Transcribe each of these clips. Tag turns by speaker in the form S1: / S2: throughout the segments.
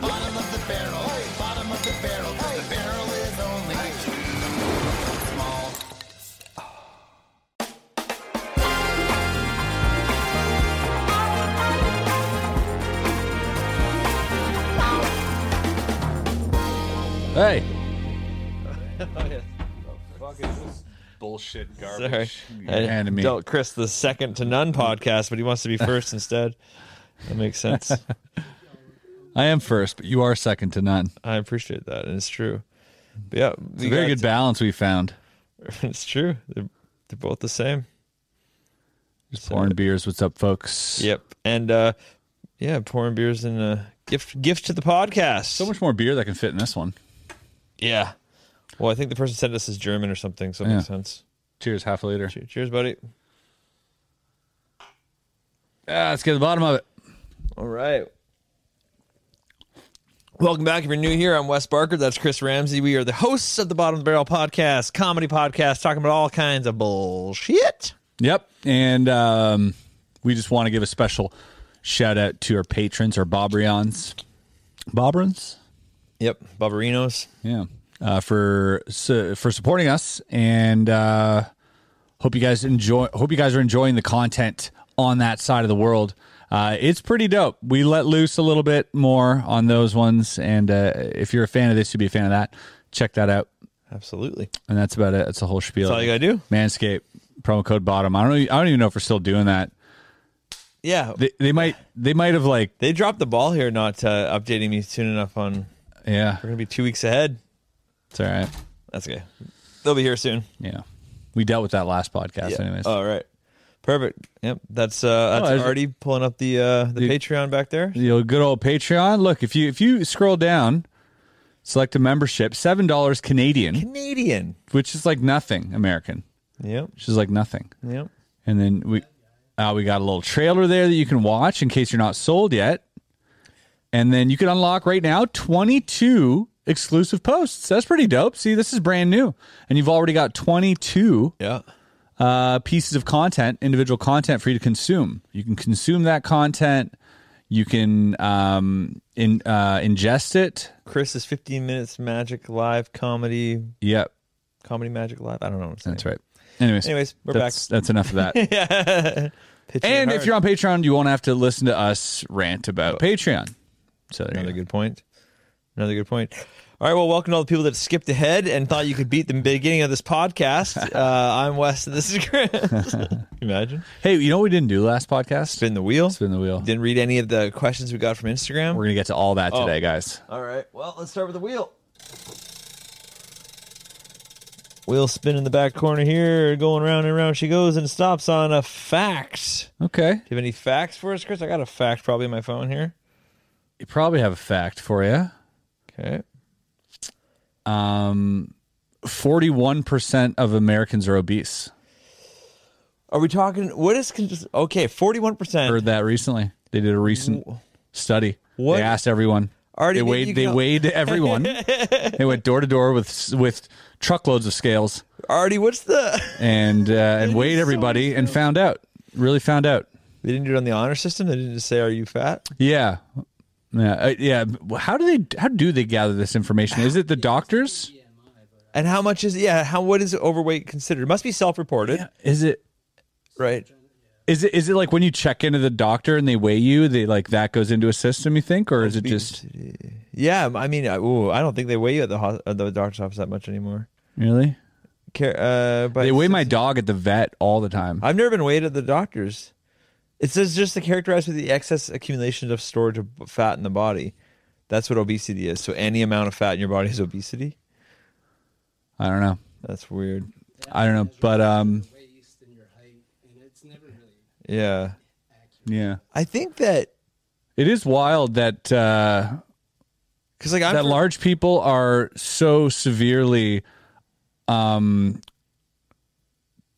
S1: Bottom of the barrel, bottom of the barrel, 'cause the barrel is only small.
S2: Hey,
S3: bullshit
S2: sorry.
S3: garbage you
S2: I
S3: handed me. Mm.
S2: Don't Chris the second to none podcast, but he wants to be first instead. That makes sense.
S3: I am first, but you are second to none.
S2: I appreciate that, and it's true. But yeah,
S3: It's a very good balance we found.
S2: It's true. They're, they're both the same.
S3: Just pouring beers. What's up, folks?
S2: Yep, and uh, yeah, pouring beers and a gift gift to the podcast.
S3: So much more beer that can fit in this one.
S2: Yeah. Well, I think the person sent us is German or something, so it makes
S3: Yeah.
S2: sense.
S3: Cheers, half a liter.
S2: Che- Cheers, buddy.
S3: Ah, let's get to the bottom of it.
S2: All right. Welcome back. If you're new here, I'm Wes Barker. That's Chris Ramsey. We are the hosts of the Bottom of the Barrel podcast, comedy podcast, talking about all kinds of bullshit.
S3: Yep. And um, we just want to give a special shout out to our patrons, our Bobrions. Bobrions?
S2: Yep. Barbarinos.
S3: Yeah. Uh, for su- for supporting us and uh, hope you guys enjoy hope you guys are enjoying the content on that side of the world. Uh, it's pretty dope. We let loose a little bit more on those ones and uh, if you're a fan of this, you'd be a fan of that. Check that out.
S2: Absolutely.
S3: And that's about it. That's the whole spiel.
S2: That's all you gotta do.
S3: Manscaped promo code bottom. I don't e- I don't even know if we're still doing that.
S2: Yeah. They,
S3: They, they might they might have like
S2: dropped the ball here, not uh, updating me soon enough on.
S3: yeah.
S2: We're going to be two weeks ahead.
S3: It's all right.
S2: That's okay. They'll be here soon.
S3: Yeah. We dealt with that last podcast
S2: Yeah. Uh,
S3: anyways.
S2: All right. Perfect. Yep. That's uh
S3: Oh,
S2: that's
S3: there's-
S2: already pulling up the uh the Patreon back there.
S3: you know, good old Patreon. Look, if you if you scroll down, select a membership, seven dollars Canadian,
S2: Canadian.
S3: which is like nothing American,
S2: Yep.
S3: which is like nothing.
S2: Yep.
S3: And then we uh, we got a little trailer there that you can watch in case you're not sold yet. And then you can unlock right now 22 exclusive posts. That's pretty dope. See, this is brand new, and you've already got 22
S2: Yeah.
S3: uh, pieces of content, individual content for you to consume. You can consume that content. You can um, in, uh, ingest it.
S2: Chris's 15 minutes magic live comedy
S3: Yep,
S2: comedy magic live. I don't know what I'm saying.
S3: that's right. Anyways,
S2: Anyways, we're
S3: that's, That's enough of that.
S2: Pitching
S3: and
S2: hard. Oh.
S3: if you're on Patreon, you won't have to listen to us rant about Patreon. So there
S2: another
S3: you go.
S2: good point. Another good point. All right, well, welcome to all the people that skipped ahead and thought you could beat the beginning of this podcast. Uh, I'm Wes, and this is Chris. Can you Imagine.
S3: Hey, you know what we didn't do last podcast?
S2: Spin the wheel.
S3: Spin the wheel.
S2: Didn't read any of the questions we got from Instagram.
S3: We're gonna get to all that
S2: Oh.
S3: today, guys.
S2: All right. Well, let's start with the wheel. Wheel spin in the back corner here, going round and round she goes and stops on a fact.
S3: Okay,
S2: Do you have any facts for us, Chris? I got a fact probably in my phone here.
S3: you probably have a fact for you.
S2: Okay.
S3: Forty-one percent of Americans are obese.
S2: Are we talking? What is cons- okay? Forty-one percent.
S3: Heard that recently. They did a recent study.
S2: What?
S3: They asked everyone.
S2: Already
S3: they
S2: get
S3: weighed.
S2: you
S3: They
S2: go-
S3: weighed everyone. they went door to door with s- with truckloads of scales
S2: Artie, what's the?
S3: and uh, and weighed everybody and found out. Really found out.
S2: They didn't do it on the honor system. They didn't just say, "Are you fat?"
S3: Yeah. Yeah, uh, yeah. How do they? How do they gather this information? Is it the doctors?
S2: And how much is? Yeah. How? What is overweight considered? It must be self-reported,
S3: Is it?
S2: right?
S3: Is it? Is it like when you check into the doctor and they weigh you? They like that goes into a system. You think, or is it just
S2: Yeah. I mean, I, ooh, I don't think they weigh you at the hos- at the doctor's office that much anymore.
S3: really?
S2: Care, uh, but
S3: They weigh my dog at the vet all the time.
S2: I've never been weighed at the doctor's. It says just to characterize with the excess accumulation of storage of fat in the body. That's what obesity is. So any amount of fat in your body is obesity.
S3: I don't know.
S2: That's weird.
S3: I don't know, but um,
S2: Yeah.
S3: yeah,
S2: I think that
S3: it is wild that uh,
S2: because like I'm
S3: that
S2: from-
S3: large people are so severely, um,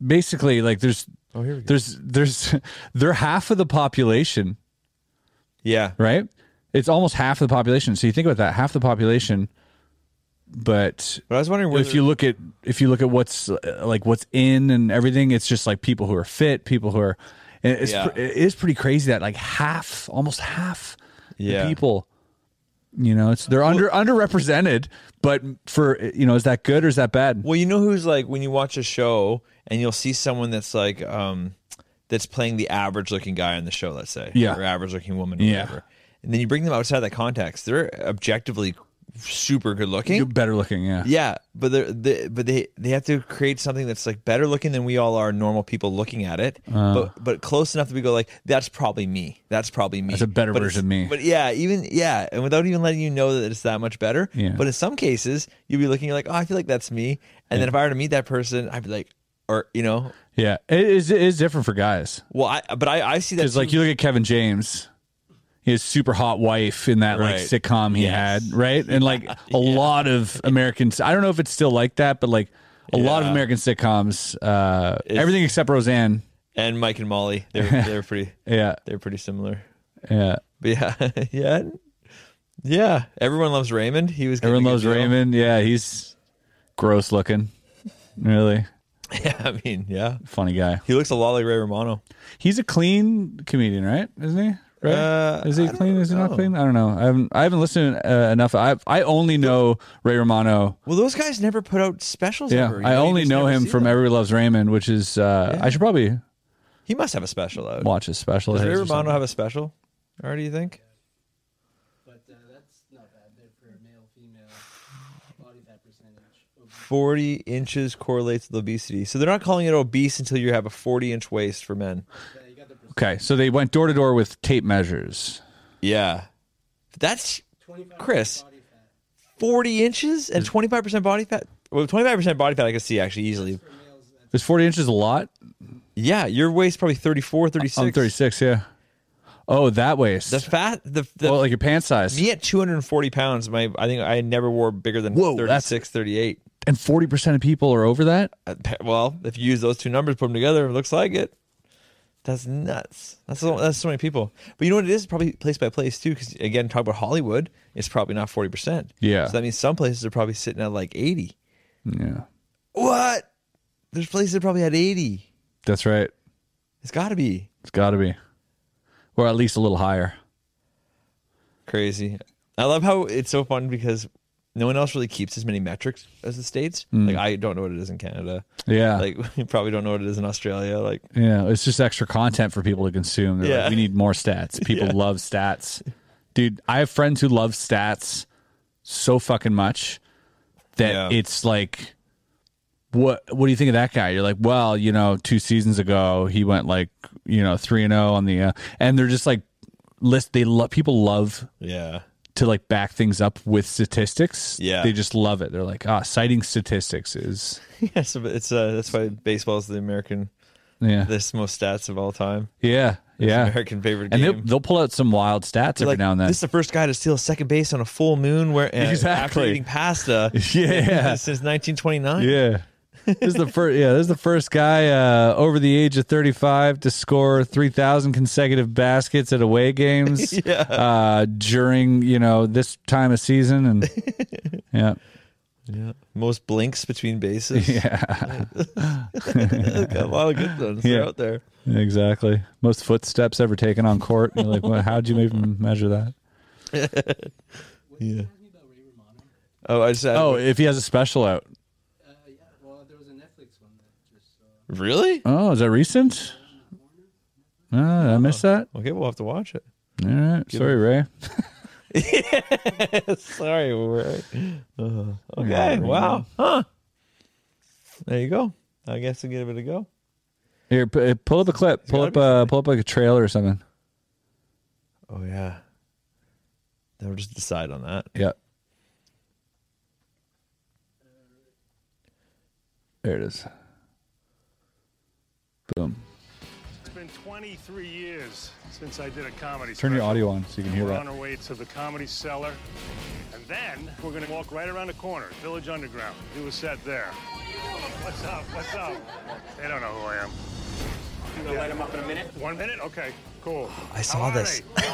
S3: basically like there's
S2: Oh, here we go.
S3: there's there's they're half of the population,
S2: yeah.
S3: right? It's almost half of the population. So you think about that, half the population, but
S2: But I was wondering where
S3: if you look at if you look at what's uh, like what's in and everything, it's just like people who are fit, people who are. and It's
S2: Yeah.
S3: pr- it is pretty crazy that like half, almost half, the
S2: Yeah.
S3: people. You know, it's they're under underrepresented, but for you know, is that good or is that bad?
S2: Well, you know who's like when you watch a show and you'll see someone that's like um that's playing the average looking guy on the show, let's say.
S3: Yeah.
S2: Or average looking woman or
S3: Yeah.
S2: whatever. And then you bring them outside that context. They're objectively super good looking.
S3: You're better looking, yeah.
S2: yeah, but they're, they but they they have to create something that's like better looking than we all are normal people looking at it,
S3: Uh.
S2: but but close enough that we go like that's probably me. That's probably me.
S3: That's a better
S2: But
S3: version of
S2: it's-
S3: me.
S2: But yeah, even yeah, and without even letting you know that it's that much better.
S3: Yeah.
S2: But in some cases, you'll be looking you're like, oh, I feel like that's me. And then if I were to meet that person, I'd be like, or you know,
S3: yeah. It is it is different for guys
S2: well, I but I I see that
S3: because like you look at Kevin James, his super hot wife in that like
S2: Right.
S3: sitcom he
S2: Yes.
S3: had, right? And like a lot of Americans, I don't know if it's still like that, but like a lot of
S2: Yeah.
S3: American sitcoms, uh, everything except Roseanne,
S2: and Mike and Molly, they're they're pretty
S3: yeah,
S2: they're pretty similar.
S3: yeah.
S2: But yeah, yeah. Yeah, everyone loves Raymond. He was getting
S3: Everyone
S2: a good
S3: loves
S2: deal.
S3: Raymond. Yeah, he's gross looking, really
S2: Yeah, I mean, yeah.
S3: funny guy.
S2: He looks a lot like Ray Romano.
S3: He's a clean comedian, right? Isn't he? Right?
S2: Uh,
S3: is he
S2: I
S3: clean?
S2: don't
S3: Is he not
S2: know.
S3: clean? I don't know. I haven't. I haven't listened uh, enough. I I only know Ray Romano.
S2: Well, those guys never put out specials.
S3: Yeah,
S2: ever, you
S3: I
S2: you
S3: only
S2: just
S3: know
S2: never
S3: him
S2: see
S3: from
S2: them.
S3: Everybody Loves Raymond, which is uh, I should probably
S2: He must have a special out.
S3: watch his special.
S2: Does
S3: of
S2: Ray
S3: his or
S2: Romano
S3: something.
S2: have a special? Or do you think? Forty inches correlates with obesity, so they're not calling it obese until you have a forty-inch waist for men.
S3: okay, so they went door to door with tape measures.
S2: Yeah, that's Chris. Forty inches and twenty-five percent body fat. Well, twenty-five percent body fat I can see actually easily.
S3: Is forty inches a lot?
S2: Yeah, your waist probably 34, 36.
S3: I'm thirty six. Yeah. Oh, that waist.
S2: The fat, the, the
S3: well, like your pant size.
S2: me at 240 pounds, my I think I never wore bigger than
S3: Whoa, that's-
S2: 36, 38.
S3: And forty percent of people are over that.
S2: Uh, pe- Well, if you use those two numbers, put them together, it looks like it. That's nuts. That's so, that's so many people. But you know what it is? Probably place by place too. Because again, talk about Hollywood, it's probably not 40. percent
S3: Yeah.
S2: So that means some places are probably sitting at like 80.
S3: Yeah,
S2: What? There's places that probably had 80.
S3: that's right.
S2: It's got to be
S3: It's got to be, or at least a little higher.
S2: Crazy. I love how it's so fun because no one else really keeps as many metrics as the states.
S3: Mm.
S2: Like I don't know what it is in Canada.
S3: Yeah.
S2: Like you probably don't know what it is in Australia. Like
S3: Yeah, it's just extra content for people to consume. They're
S2: Yeah.
S3: like, we need more stats. People love stats. Dude, I have friends who love stats so fucking much that
S2: Yeah.
S3: it's like what what do you think of that guy? You're like, well, you know, 2 seasons ago he went like, you know, 3 and 0 on the uh, and they're just like list they love people love
S2: yeah.
S3: to like back things up with statistics.
S2: Yeah.
S3: They just love it. They're like, ah, citing statistics is
S2: Yeah, so it's uh that's why baseball is the American
S3: yeah.
S2: this most stats of all time.
S3: yeah. Yeah.
S2: American favorite
S3: and
S2: game.
S3: they'll, they'll pull out some wild stats every
S2: Like,
S3: now and then.
S2: This is the first guy to steal second base on a full moon where uh, after
S3: Exactly.
S2: eating pasta
S3: Yeah.
S2: since 1929.
S3: yeah, this is the first. Yeah, this is the first guy uh, over the age of 35 to score 3,000 consecutive baskets at away games uh, during you know this time of season. And yeah,
S2: Most blinks between bases. Yeah. Got a lot of good ones. They're
S3: Yeah.
S2: out there.
S3: exactly. Most footsteps ever taken on court. You're like, well, how'd you even measure that?
S2: Yeah. Oh, I just had,
S3: Oh, if he has a special out.
S2: really?
S3: Oh, is that recent? Oh, did I missed that.
S2: Okay, we'll have to watch it.
S3: All right, sorry, Ray.
S2: Sorry, we're uh, okay. Wow, huh? There you go. I guess I'll give it a go.
S3: Here, p- pull up a clip. Pull up, uh, pull up like a trailer or something.
S2: Oh yeah. Then we'll just decide on that.
S3: Yeah. There it is. Boom.
S4: It's been 23 years since I did a comedy
S3: Turn your
S4: special.
S3: audio on so you can hear
S4: We're
S3: that.
S4: on our way to the comedy cellar. And then we're going to walk right around the corner, Village Underground, do a set there. What's up? What's up? They don't know who I am. You going to light them up in a minute? One minute? Okay, cool.
S2: I saw
S4: How are
S2: this.
S4: they?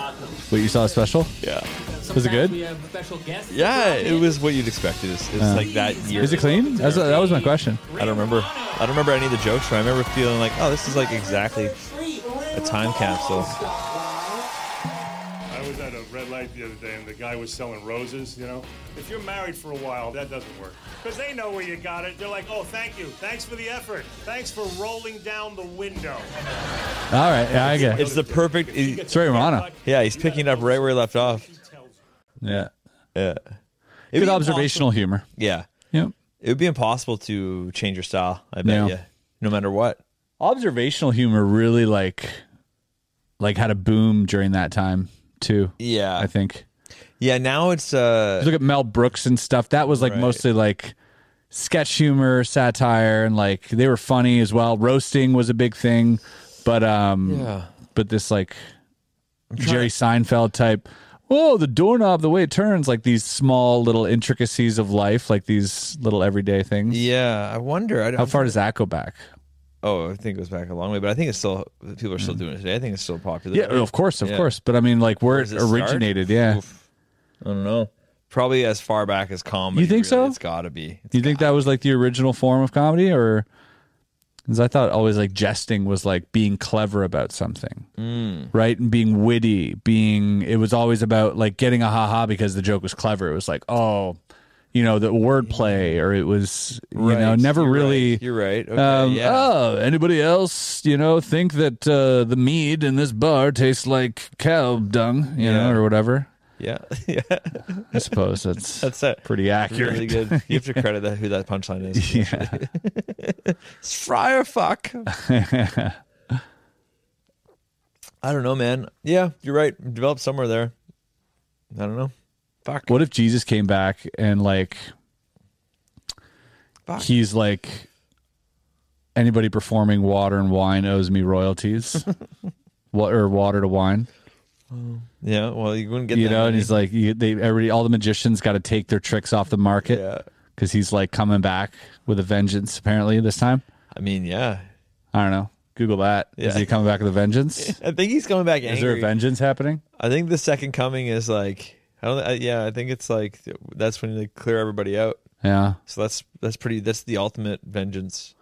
S3: Wait, you saw a special?
S2: Yeah.
S3: Was it good?
S2: Yeah, it was what you'd expect. It's, it's like that year.
S3: Is it clean? That's, that was my question.
S2: I don't remember. I don't remember any of the jokes. But I remember feeling like, oh, this is like exactly a time capsule.
S4: I was at a red light the other day and the guy was selling roses, you know? If you're married for a while, that doesn't work. Because they know where you got it. They're like, oh, thank you. Thanks for the effort. Thanks for rolling down the window.
S3: All right, yeah, I get it.
S2: It's the perfect. it-
S3: It's Ray Romano.
S2: yeah, he's picking up right where he left off.
S3: Yeah.
S2: Yeah. It'd
S3: Good
S2: be
S3: observational
S2: impossible-
S3: humor.
S2: Yeah,
S3: Yep.
S2: it would be impossible to change your style. I bet
S3: No.
S2: you, no matter what.
S3: Observational humor really like, like had a boom during that time too.
S2: Yeah.
S3: I think.
S2: Yeah, now it's uh,
S3: Just look at Mel Brooks and stuff. That was like
S2: Right.
S3: mostly like sketch humor, satire, and like they were funny as well. Roasting was a big thing, but um,
S2: Yeah.
S3: but this like Jerry Seinfeld type. Oh, the doorknob, the way it turns, like these small little intricacies of life, like these little everyday things.
S2: yeah. I wonder. I don't,
S3: How far does that go back?
S2: Oh, I think it goes back a long way, but I think it's still people are still doing it today. I think it's still popular.
S3: Mm. Yeah, of course, of
S2: Yeah.
S3: course. But I mean, like where,
S2: Where
S3: it
S2: does it start?
S3: originated, yeah.
S2: Oof. I don't know. Probably as far back as comedy.
S3: You think
S2: really.
S3: so?
S2: It's got to be.
S3: Do you think that was like the original form of comedy, or? Because I thought always like jesting was like being clever about something,
S2: Mm.
S3: right? And being witty, being it was always about like getting a ha ha because the joke was clever. It was like oh, you know, the wordplay, or it was you know
S2: Mm. Right.
S3: never
S2: You're
S3: really.
S2: right. You're right. Okay,
S3: Um,
S2: yeah.
S3: Oh, anybody else, you know, think that uh, the mead in this bar tastes like cow dung, you
S2: Yeah.
S3: know, or whatever?
S2: yeah, yeah.
S3: I suppose that's
S2: That's it.
S3: pretty accurate.
S2: Really good. You have to credit that who that punchline is.
S3: yeah.
S2: It's Fryer fuck. I don't know, man. Yeah, you're right. Developed somewhere there. I don't know. Fuck.
S3: What if Jesus came back and like
S2: Fuck.
S3: he's like anybody performing water and wine owes me royalties. What or water to wine,
S2: Yeah. Well, you wouldn't get
S3: you
S2: that
S3: know? And
S2: many.
S3: he's like, you, they everybody, all the magicians got to take their tricks off the market
S2: Yeah.
S3: because he's like coming back with a vengeance. Apparently this time,
S2: I mean, yeah.
S3: I don't know. Google that. Is
S2: Yeah.
S3: he coming back with a vengeance?
S2: I think he's coming back angry.
S3: Is there a vengeance happening?
S2: I think the second coming is like. I don't. I, yeah, I think it's like that's when they clear everybody out.
S3: Yeah.
S2: So that's that's pretty. That's the ultimate vengeance.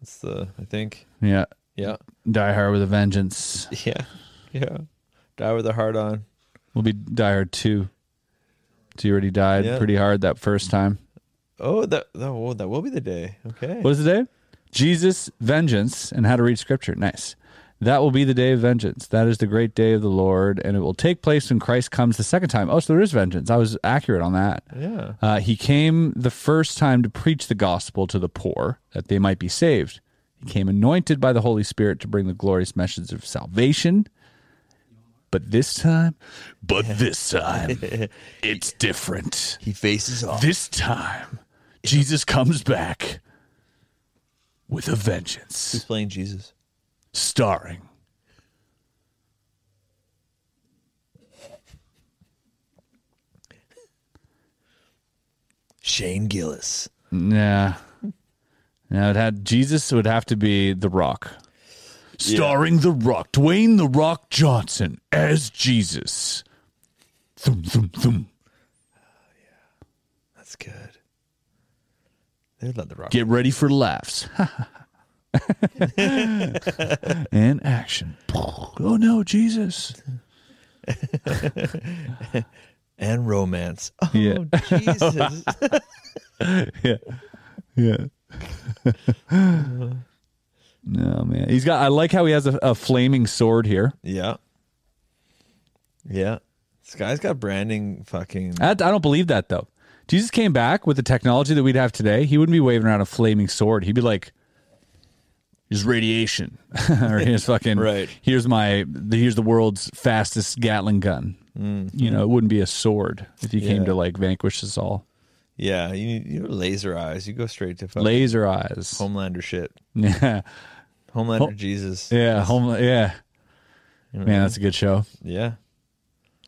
S2: That's the. I think.
S3: Yeah.
S2: Yeah.
S3: Die Hard with a vengeance.
S2: Yeah. Yeah. Die with a heart on.
S3: We'll be Die Hard 2. So you already died
S2: Yeah.
S3: pretty hard that first time.
S2: Oh, that that, oh, that will be the day. Okay.
S3: What is the day? Jesus, vengeance, and how to read scripture. Nice. That will be the day of vengeance. That is the great day of the Lord, and it will take place when Christ comes the second time. Oh, so there is vengeance. I was accurate on that.
S2: Yeah.
S3: Uh, he came the first time to preach the gospel to the poor that they might be saved. He came anointed by the Holy Spirit to bring the glorious message of salvation. But this time, but this time, it's different.
S2: He faces off.
S3: This time, Jesus comes back with a vengeance,
S2: Who's playing Jesus?
S3: starring.
S2: Shane Gillis.
S3: Nah. Now it had Jesus would have to be The Rock, starring The Rock, Dwayne The Rock Johnson as Jesus. Thum thum thum.
S2: That's good. They'd let the rock.
S3: Get ready for laughs. and action. Oh no, Jesus.
S2: and romance. Oh,
S3: Yeah.
S2: Jesus.
S3: yeah. Yeah. no, Oh, man. He's got I like how he has a, a flaming sword here.
S2: yeah. Yeah. This guy's got branding fucking.
S3: I, I don't believe that though. Jesus came back with the technology that we'd have today. He wouldn't be waving around a flaming sword. He'd be like, "Here's radiation, or here's fucking
S2: Right.
S3: Here's my the, here's the world's fastest Gatling gun." You know, it wouldn't be a sword if he came
S2: Yeah.
S3: to like vanquish us all.
S2: Yeah. You need you laser eyes. You go straight to fucking
S3: Laser eyes.
S2: Homelander shit.
S3: Yeah,
S2: Homelander Jesus.
S3: yeah, home. Yeah, man, that's a good show.
S2: Yeah.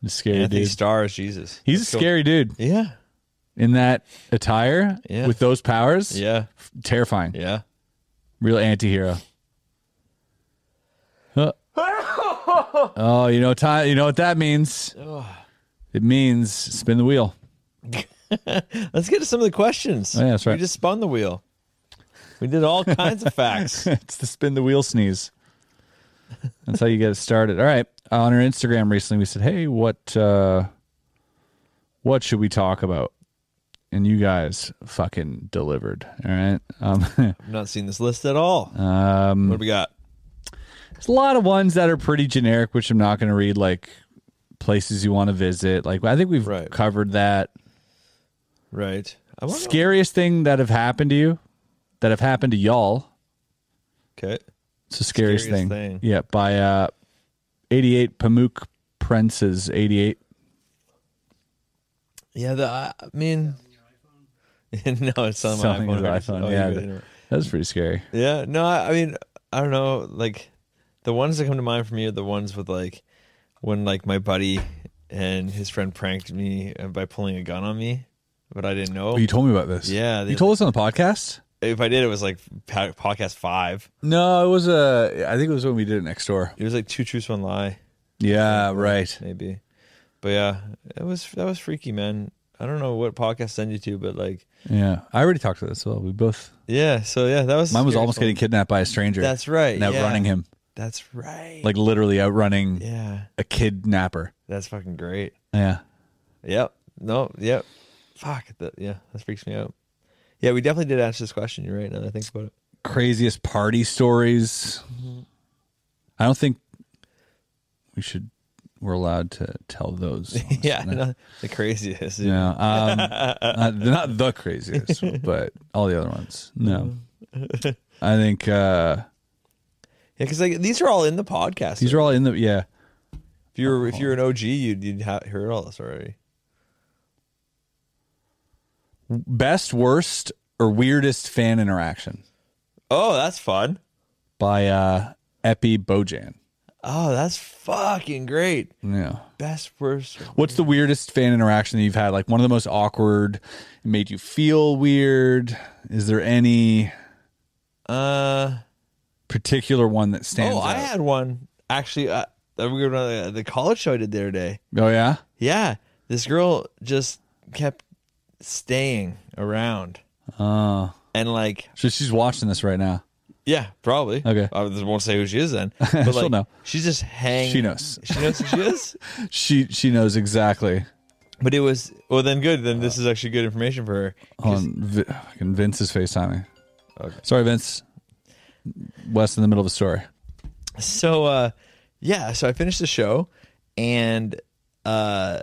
S3: It's scary
S2: Anthony
S3: dude.
S2: Starr is Jesus.
S3: He's a
S2: Let's go-
S3: scary dude
S2: Yeah.
S3: in that attire
S2: Yeah.
S3: with those powers.
S2: Yeah.
S3: terrifying.
S2: Yeah.
S3: Real anti-hero. Huh. oh, you know time, you know what that means? It means spin the wheel.
S2: Let's get to some of the questions.
S3: Oh, yeah, that's right.
S2: We just spun the wheel. We did all kinds of facts.
S3: it's the spin the wheel sneeze. That's how you get it started. All right. On our Instagram recently we said, "Hey, what uh what should we talk about?" And you guys fucking delivered. All right. Um
S2: I've not seen this list at all.
S3: um
S2: what do we got?
S3: There's a lot of ones that are pretty generic, which I'm not going to read, like places you want to visit. Like I think we've
S2: Right.
S3: covered that.
S2: Right. I wonder-
S3: Scariest thing that have happened to you, that have happened to y'all.
S2: Okay.
S3: It's the scariest,
S2: Scariest
S3: thing.
S2: thing.
S3: Yeah, by uh, 88 Pamuk Princes 88.
S2: Yeah. The, I I mean, no, it's on
S3: Something
S2: my iPhone.
S3: with
S2: right?
S3: iPhone.
S2: Oh, you
S3: yeah,
S2: got
S3: that,
S2: it.
S3: that was pretty scary.
S2: Yeah. No, I, I mean, I don't know. Like, the ones that come to mind for me are the ones with like when like my buddy and his friend pranked me uh, by pulling a gun on me, but I didn't know.
S3: Oh, you told me about this.
S2: Yeah, they-
S3: you told us on the podcast.
S2: if I did, it was like po- podcast five.
S3: No, it was uh, I think it was when we did it next door.
S2: It was like two truths, one lie,
S3: Yeah, right.
S2: maybe. But yeah, it was that was freaky, man. I don't know what podcast send you to, but like,
S3: Yeah, I already talked to this. Well, we both.
S2: yeah. So yeah, that was
S3: Mine was
S2: scary.
S3: almost getting kidnapped by a stranger.
S2: That's right.
S3: And
S2: yeah.
S3: outrunning him.
S2: That's right.
S3: like literally outrunning
S2: yeah,
S3: a kidnapper.
S2: that's fucking great.
S3: Yeah.
S2: Yep. No. Yep. Fuck. That, yeah, that freaks me out. Yeah, we definitely did answer this question. You're right. Now that I think about it.
S3: Craziest party stories.
S2: Mm-hmm.
S3: I don't think we should, we're allowed to tell those.
S2: yeah, no, the craziest. dude.
S3: No, um, not, not the craziest, but all the other ones. No.
S2: Mm-hmm.
S3: I think uh,
S2: Yeah, because like these are all in the podcast.
S3: these are Oh. all in the, yeah.
S2: if you were if you were an OG, you'd you'd ha- heard all this already.
S3: Best, worst, or weirdest fan interaction
S2: Oh, that's fun.
S3: by uh, Epi Bojan.
S2: Oh, that's fucking great.
S3: Yeah.
S2: Best worst.
S3: What's the weirdest fan interaction that you've had? Like one of the most awkward, it made you feel weird. Is there any
S2: Uh
S3: particular one that stands
S2: oh, I
S3: out?
S2: had one actually. Uh, a weird one uh, the college show I did the other day.
S3: oh yeah.
S2: Yeah, this girl just kept staying around
S3: Oh,
S2: and like
S3: so she's watching this right now.
S2: yeah, probably.
S3: Okay.
S2: I just won't say who she is then. But
S3: She'll
S2: like,
S3: know.
S2: She's just hanging.
S3: She knows.
S2: She knows who she is.
S3: She she knows exactly.
S2: But it was well. Then good. Then this is actually good information for her.
S3: Hold on, Vi- fucking Vince is facetiming. Sorry, Vince. West in the middle of a story.
S2: so uh yeah so i finished the show and uh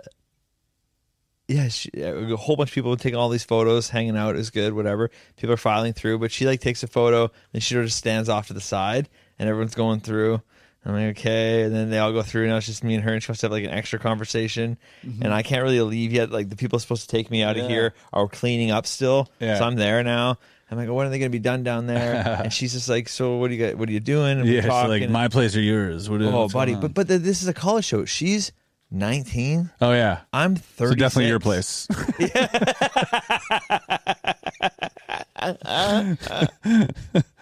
S2: yeah she, a whole bunch of people were taking all these photos hanging out is good whatever people are filing through but she like takes a photo and she sort of stands off to the side and everyone's going through i'm like okay and then they all go through now it's just me and her and she wants to have like an extra conversation
S3: Mm-hmm.
S2: and i can't really leave yet like the people supposed to take me out of here are cleaning up still
S3: Yeah.
S2: so i'm there now i'm like when are they going to be done down there and she's just like so what do you got what are you doing and we're
S3: Yeah, she's like
S2: talking.
S3: my place or yours. What is,
S2: Oh,
S3: what's
S2: buddy,
S3: going on?
S2: but but the, this is a college show. She's 19.
S3: oh yeah.
S2: I'm 30.
S3: So definitely your place.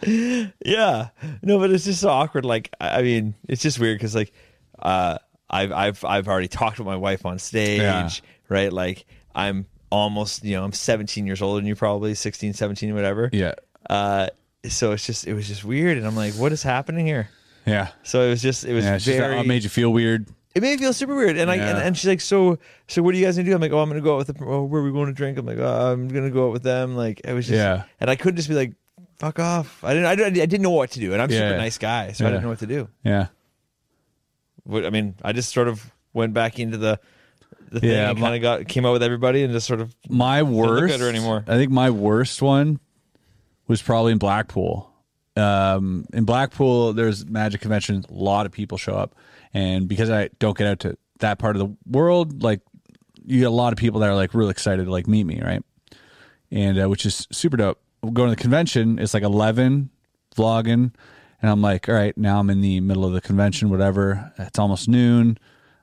S2: yeah, no, but it's just so awkward. Like, I I mean, it's just weird because like, uh, I've I've I've already talked with my wife on stage,
S3: Yeah.
S2: right? Like, I'm almost you know I'm 17 years older than you probably 16, 17, whatever.
S3: Yeah.
S2: Uh, so it's just it was just weird, and I'm like, what is happening here?
S3: Yeah.
S2: So it was just it was
S3: Yeah, it's just,
S2: very
S3: uh, made you feel weird.
S2: it made me feel super weird. And I and,
S3: Yeah.
S2: and she's like, so so what are you guys gonna do? I'm like, oh, I'm gonna go out with the oh, where are we going to drink? I'm like, oh, I'm gonna go out with them. Like it was just
S3: Yeah.
S2: And I couldn't just be like, fuck off. I didn't I didn't, I didn't know what to do. And I'm a
S3: Yeah.
S2: super nice guy, so I
S3: Yeah.
S2: didn't know what to do.
S3: Yeah.
S2: What, I mean, I just sort of went back into the the thing
S3: Yeah,
S2: and
S3: my-
S2: kind of got came out with everybody and just sort of
S3: My
S2: look
S3: worst.
S2: at her anymore.
S3: I think my worst one was probably in Blackpool. Um, in Blackpool, there's Magic Convention. A lot of people show up, and because I don't get out to that part of the world, like you get a lot of people that are like real excited to like meet me, right? And uh, which is super dope. Going to the convention, it's like eleven vlogging, and I'm like, all right, now I'm in the middle of the convention, whatever. It's almost noon.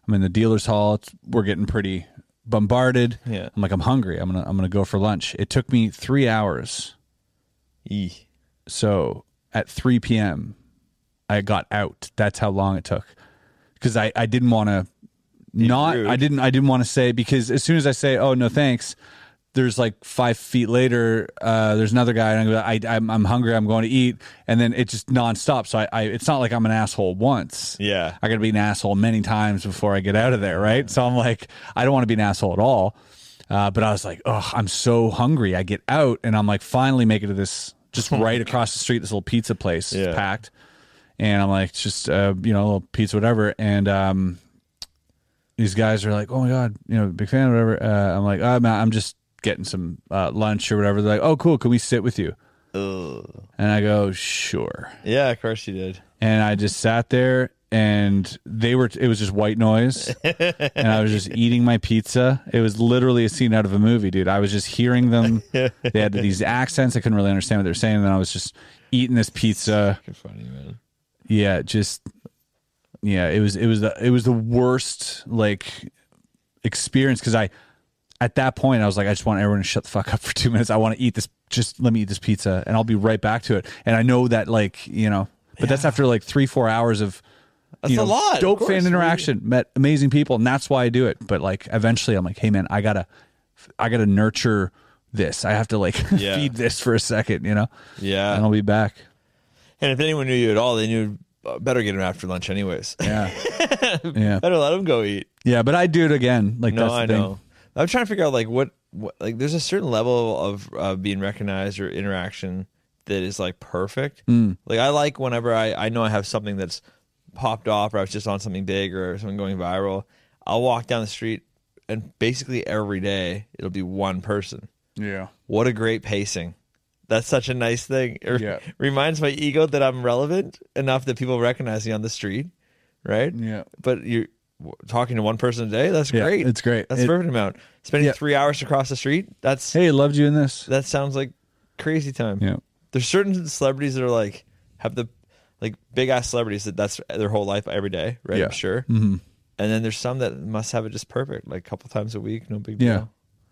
S3: I'm in the dealer's hall. It's, we're getting pretty bombarded.
S2: Yeah.
S3: I'm like, I'm hungry. I'm gonna I'm gonna go for lunch. It took me three hours.
S2: Eh.
S3: So at 3 p.m., I got out. That's how long it took because I, I didn't want to not
S2: rude.
S3: I didn't I didn't want to say because as soon as I say oh no thanks, there's like five feet later uh, there's another guy and I'm, I, I'm I'm hungry I'm going to eat and then it just nonstop. So I, I it's not like I'm an asshole once.
S2: Yeah.
S3: I got to be an asshole many times before I get out of there, right? So I'm like, I don't want to be an asshole at all. Uh, but I was like, oh, I'm so hungry. I get out and I'm like, finally make it to this just right across the street, this little pizza place
S2: Yeah.
S3: It's packed. And I'm like, just, uh, you know, a little pizza, whatever. And um, these guys are like, oh my God, you know, big fan, whatever. Uh, I'm like, I'm, I'm just getting some uh, lunch or whatever. They're like, oh, cool. Can we sit with you? And I go, sure
S2: Yeah, of course you did.
S3: and I just sat there and they were it was just white noise and I was just eating my pizza. It was literally a scene out of a movie, dude. I was just hearing them. They had these accents. I couldn't really understand what they were saying. And then I was just eating this pizza.
S2: You're funny, man.
S3: Yeah, just yeah, it was it was the it was the worst like experience because I at that point I was like I just want everyone to shut the fuck up for two minutes. I want to eat this. Just let me eat this pizza and I'll be right back to it. And I know that like you know, but that's after like three four hours of.
S2: That's
S3: you
S2: a
S3: know,
S2: lot, of
S3: Dope
S2: course.
S3: fan interaction. Met amazing people, and that's why I do it. But like, eventually, I'm like, hey man, I gotta, I gotta nurture this. I have to like
S2: Yeah.
S3: feed this for a second, you know.
S2: Yeah.
S3: and I'll be back.
S2: And if anyone knew you at all, they knew uh, better get him after lunch anyways.
S3: Yeah, yeah.
S2: better let him go eat.
S3: Yeah, but I do it again. Like
S2: No,
S3: that's the
S2: I
S3: thing.
S2: know. I'm trying to figure out like what, what like there's a certain level of uh, being recognized or interaction that is like perfect.
S3: Mm.
S2: Like I like whenever I I know I have something that's popped off or I was just on something big or something going viral. I'll walk down the street and basically every day it'll be one person.
S3: Yeah.
S2: What a great pacing. That's such a nice thing. It
S3: Yeah.
S2: reminds my ego that I'm relevant enough that people recognize me on the street, right?
S3: Yeah.
S2: But you're w- talking to one person a day. That's
S3: Yeah,
S2: great.
S3: it's great.
S2: That's
S3: It-
S2: the perfect amount. Spending
S3: Yeah.
S2: three hours across the street. That's
S3: Hey, loved you in this.
S2: that sounds like crazy time.
S3: Yeah.
S2: There's certain celebrities that are like have the like big ass celebrities that that's their whole life every day, right?
S3: Yeah.
S2: I'm sure. Mm-hmm. And then there's some that must have it just perfect, like a couple times a week, no big deal.
S3: Yeah.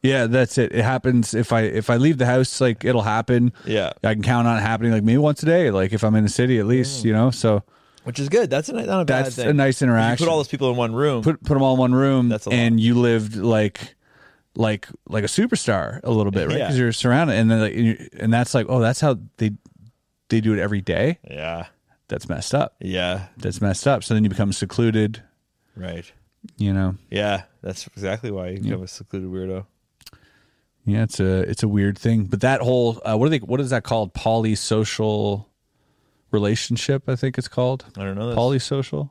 S3: Yeah, that's it. It happens if I if I leave the house, like it'll happen.
S2: Yeah.
S3: I can count on it happening like maybe once a day, like if I'm in the city at least, you know. So
S2: Which is good. That's a, ni- not a
S3: That's
S2: bad thing.
S3: a nice
S2: If you
S3: interaction.
S2: put all those people in one room.
S3: put put them all in one room
S2: That's a lot.
S3: and you lived like like like a superstar a little bit, right?
S2: Yeah.
S3: Because you're surrounded and then like, you- and that's like, oh, that's how they they do it every day.
S2: yeah.
S3: That's messed up.
S2: Yeah.
S3: That's messed up. So then you become secluded,
S2: Right.
S3: you know.
S2: Yeah. That's exactly why you become a secluded weirdo.
S3: Yeah, it's a it's a weird thing, but that whole uh, what are they what is that called? Polysocial relationship, I think it's called.
S2: I don't know this.
S3: Polysocial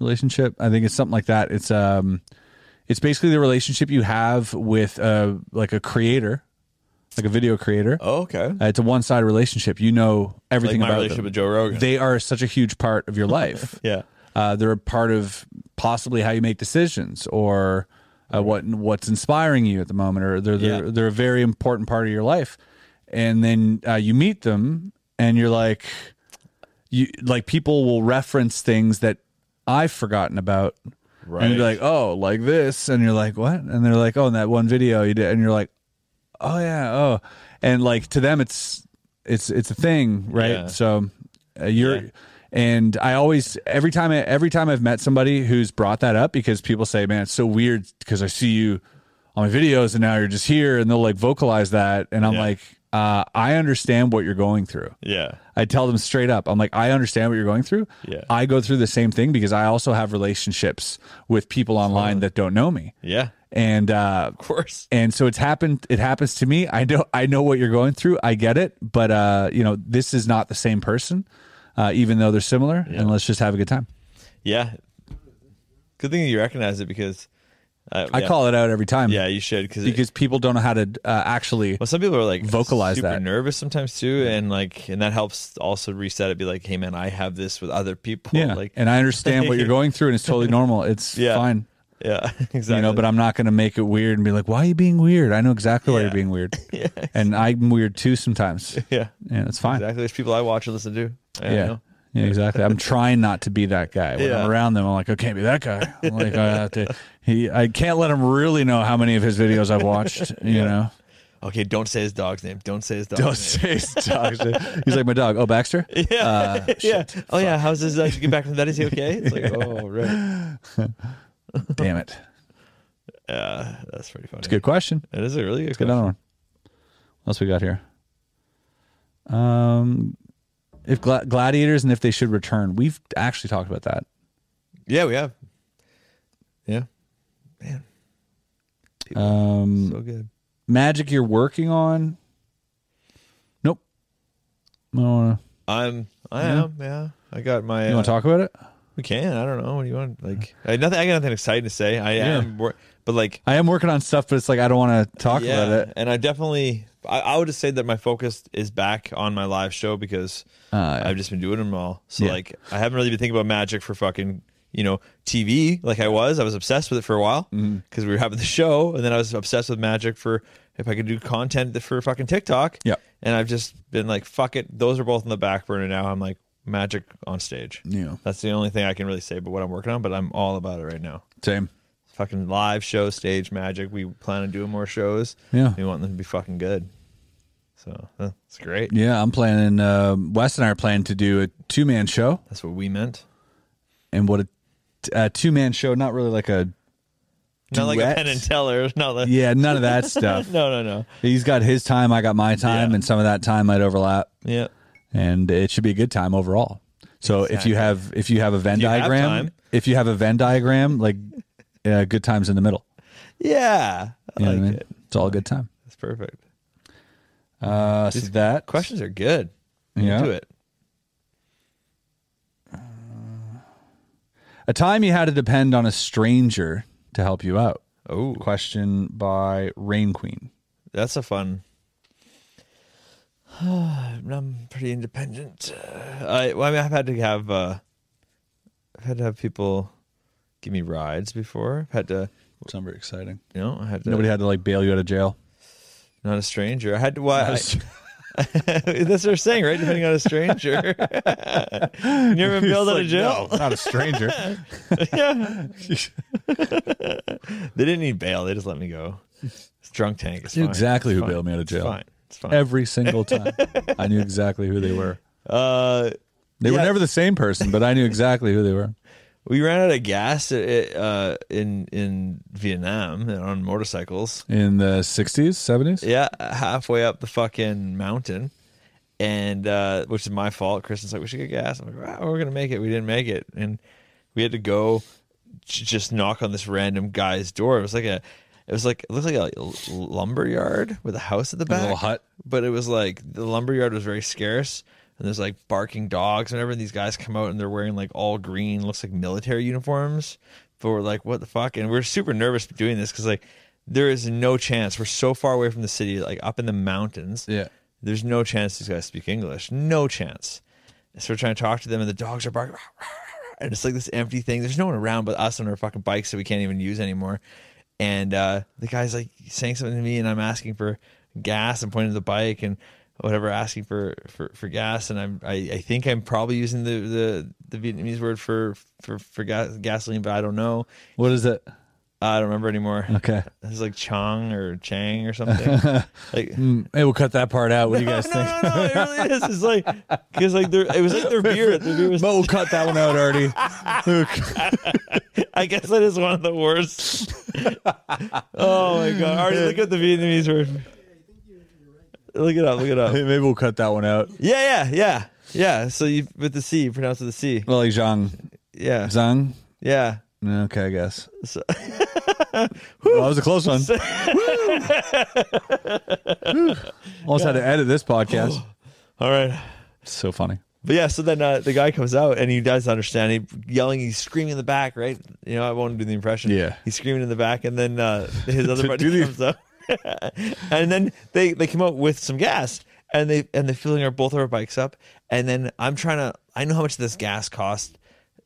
S3: relationship. I think it's something like that. It's um, it's basically the relationship you have with uh like a creator, like a video creator.
S2: Oh, okay.
S3: Uh, it's a one sided relationship. You know everything
S2: Like my
S3: about
S2: relationship
S3: them.
S2: with Joe Rogan.
S3: They are such a huge part of your life.
S2: yeah.
S3: Uh, they're a part of possibly how you make decisions or uh, what what's inspiring you at the moment, or they're they're,
S2: Yeah.
S3: they're a very important part of your life. And then uh, you meet them, and you're like, you like people will reference things that I've forgotten about, and you're
S2: Right.
S3: like, oh, like this, and you're like, what? And they're like, oh, in that one video you did, and you're like, oh yeah, oh, and like to them, it's it's it's a thing, right?
S2: Yeah.
S3: So uh, you're, and I always every time I, every time I've met somebody who's brought that up because people say, man, it's so weird because I see you on my videos and now you're just here, and they'll like vocalize that, and I'm
S2: Yeah.
S3: like, uh, I understand what you're going through.
S2: Yeah.
S3: I tell them straight up. I'm like, I understand what you're going through.
S2: Yeah.
S3: I go through the same thing because I also have relationships with people online that don't know me.
S2: Yeah.
S3: And uh
S2: Of course.
S3: and so it's happened it happens to me. I know I know what you're going through. I get it, but uh you know, this is not the same person. Uh, even though they're similar, and let's just have a good time.
S2: Yeah. Good thing you recognize it because uh,
S3: I call it out every time,
S2: Yeah, you should cause it-
S3: because people don't know how to uh, actually.
S2: well, some people are like
S3: Vocalize
S2: super
S3: that.
S2: nervous sometimes too, and like, and that helps also reset it. Be like, hey man, I have this with other people.
S3: Yeah,
S2: like,
S3: and I understand what you're going through, and it's totally normal. It's
S2: Yeah.
S3: fine,
S2: Yeah, exactly.
S3: you know. But I'm not going to make it weird and be like, "Why are you being weird?" I know exactly why
S2: Yeah.
S3: you're being weird, and I'm weird too sometimes.
S2: yeah,
S3: Yeah, it's fine.
S2: exactly. There's people I watch and listen to. I
S3: Yeah.
S2: know.
S3: Yeah, exactly. I'm trying not to be that guy. When
S2: Yeah.
S3: I'm around them, I'm like, I can't be that guy. I'm like, I have to. He, I can't let him really know how many of his videos I've watched. You know,
S2: Okay, don't say his dog's name. Don't say his dog's
S3: don't say
S2: name.
S3: his dog's name. He's like my dog. Oh, Baxter.
S2: Yeah,
S3: Uh,
S2: yeah. Oh yeah, how's his dog get back from that? Is he okay? It's like, oh right.
S3: Damn it.
S2: Yeah, that's pretty funny.
S3: It's a good question.
S2: It is a really good.
S3: Let's get another
S2: question.
S3: one. What else we got here? Um, if gla- gladiators and if they should return, we've actually talked about that.
S2: Yeah, we have. Yeah, man,
S3: Um,
S2: so good.
S3: magic you're working on. Nope. I don't wanna,
S2: I'm. I am. Yeah, I got my. uh,
S3: You want to talk about it?
S2: We can. I don't know. What do you want? Like, I nothing. I got nothing exciting to say. I
S3: Yeah.
S2: am. wor- But like,
S3: I am working on stuff, but it's like I don't want to talk
S2: yeah.
S3: about it.
S2: And I definitely. I, I would just say that my focus is back on my live show because I've just been doing them all. So
S3: Ah, Yeah.
S2: like, I haven't really been thinking about magic for fucking. You know, TV like I was. I was obsessed with it for a while because
S3: Mm-hmm.
S2: we were having the show, and then I was obsessed with magic for if I could do content for fucking TikTok.
S3: Yeah.
S2: And I've just been like, fuck it. Those are both in the back burner now. I'm like magic on stage.
S3: Yeah.
S2: That's the only thing I can really say about what I'm working on, but I'm all about it right now.
S3: Same.
S2: Fucking live show, stage magic. We plan on doing more shows.
S3: Yeah.
S2: We want them to be fucking good. So huh, it's great.
S3: Yeah, I'm planning. Uh, Wes and I are planning to do a two man show,
S2: That's what we meant.
S3: and what a, a two man show, not really like a
S2: Not like a
S3: Duets?
S2: pen and teller. Not like
S3: yeah, none of that stuff.
S2: No, no, no.
S3: He's got his time, I got my time,
S2: Yeah.
S3: and some of that time might overlap,
S2: Yeah.
S3: and it should be a good time overall. So if you have if you have a Venn
S2: you have
S3: diagram,
S2: time.
S3: if you have a Venn diagram, like uh, good times in the middle.
S2: Yeah. I
S3: You know what
S2: like
S3: I mean?
S2: it.
S3: It's all a good time.
S2: That's perfect.
S3: Uh, so that
S2: Questions are good. You
S3: Yeah.
S2: Do it.
S3: A time you had to depend on a stranger to help you out.
S2: Oh.
S3: Question by Rain Queen.
S2: That's a fun. I'm pretty independent. Uh, I, well, I mean, I've had to have uh, I've had to have people give me rides before. I've had to,
S3: Sounds very exciting.
S2: you know, I had to.
S3: Nobody had to like bail you out of jail.
S2: not a stranger. I had to. Well, I, that's what they're saying, right? Depending on a stranger. you never been bailed out of jail.
S3: not a stranger.
S2: They didn't need bail. They just let me go. It's drunk tank. It's
S3: Knew
S2: fine.
S3: exactly
S2: It's
S3: who
S2: fine.
S3: bailed me out of jail.
S2: It's fine. It's fine.
S3: Every single time, I knew exactly who they were.
S2: uh,
S3: They were
S2: Yeah.
S3: never the same person, but I knew exactly who they were.
S2: we ran out of gas uh, in in Vietnam and on motorcycles.
S3: In the '60s, '70s.
S2: Yeah, halfway up the fucking mountain, and uh, which is my fault. Kristen's like, we should get gas. I'm like, "Ah, we're gonna make it. We didn't make it, and we had to go j- just knock on this random guy's door. It was like a, it was like it looked like a l- lumber yard with a house at the back,
S3: little hut.
S2: But it was like the lumber yard was very scarce. And there's like barking dogs and everything. These guys come out and they're wearing like all green, looks like military uniforms. But we're like, what the fuck? And we're super nervous doing this because like there is no chance. We're so far away from the city, like up in the mountains.
S3: Yeah.
S2: There's no chance these guys speak English. No chance. So we're trying to talk to them, and the dogs are barking. And it's like this empty thing. There's no one around but us on our fucking bikes that we can't even use anymore. And uh, the guy's like saying something to me, and I'm asking for gas and pointing to the bike and whatever, asking for, for, for gas. And I'm I, I think I'm probably using the, the, the Vietnamese word for for for gas, gasoline, but I don't know.
S3: What is it?
S2: I don't remember anymore.
S3: Okay.
S2: It's like Chong or Chang or something. like
S3: Hmm, Hey, we'll cut that part out. What do you guys
S2: no,
S3: think?
S2: no, no, it really is. It's like because like their it was like their beer. Their beer was,
S3: But we'll cut that one out already.
S2: I guess that is one of the worst. oh my god! Already look at the Vietnamese word. Look it up. Look it up.
S3: Maybe we'll cut that one out.
S2: Yeah, yeah, yeah, yeah. So you with the C, you pronounce it the C.
S3: Well, like Zhang.
S2: Yeah,
S3: Zhang?
S2: yeah.
S3: Okay, I guess.
S2: So-
S3: Well, that was a close one. Whew. Almost had to edit this podcast.
S2: All right.
S3: so funny.
S2: But yeah, so then uh, the guy comes out and he does understand. He yelling, he's screaming in the back, right? You know, I won't do the impression.
S3: Yeah.
S2: he's screaming in the back, and then uh, his other
S3: Do-
S2: buddy
S3: do the-
S2: comes out, and then they they come out with some gas, and they and they're filling our both our bikes up, and then I'm trying to I know how much this gas cost,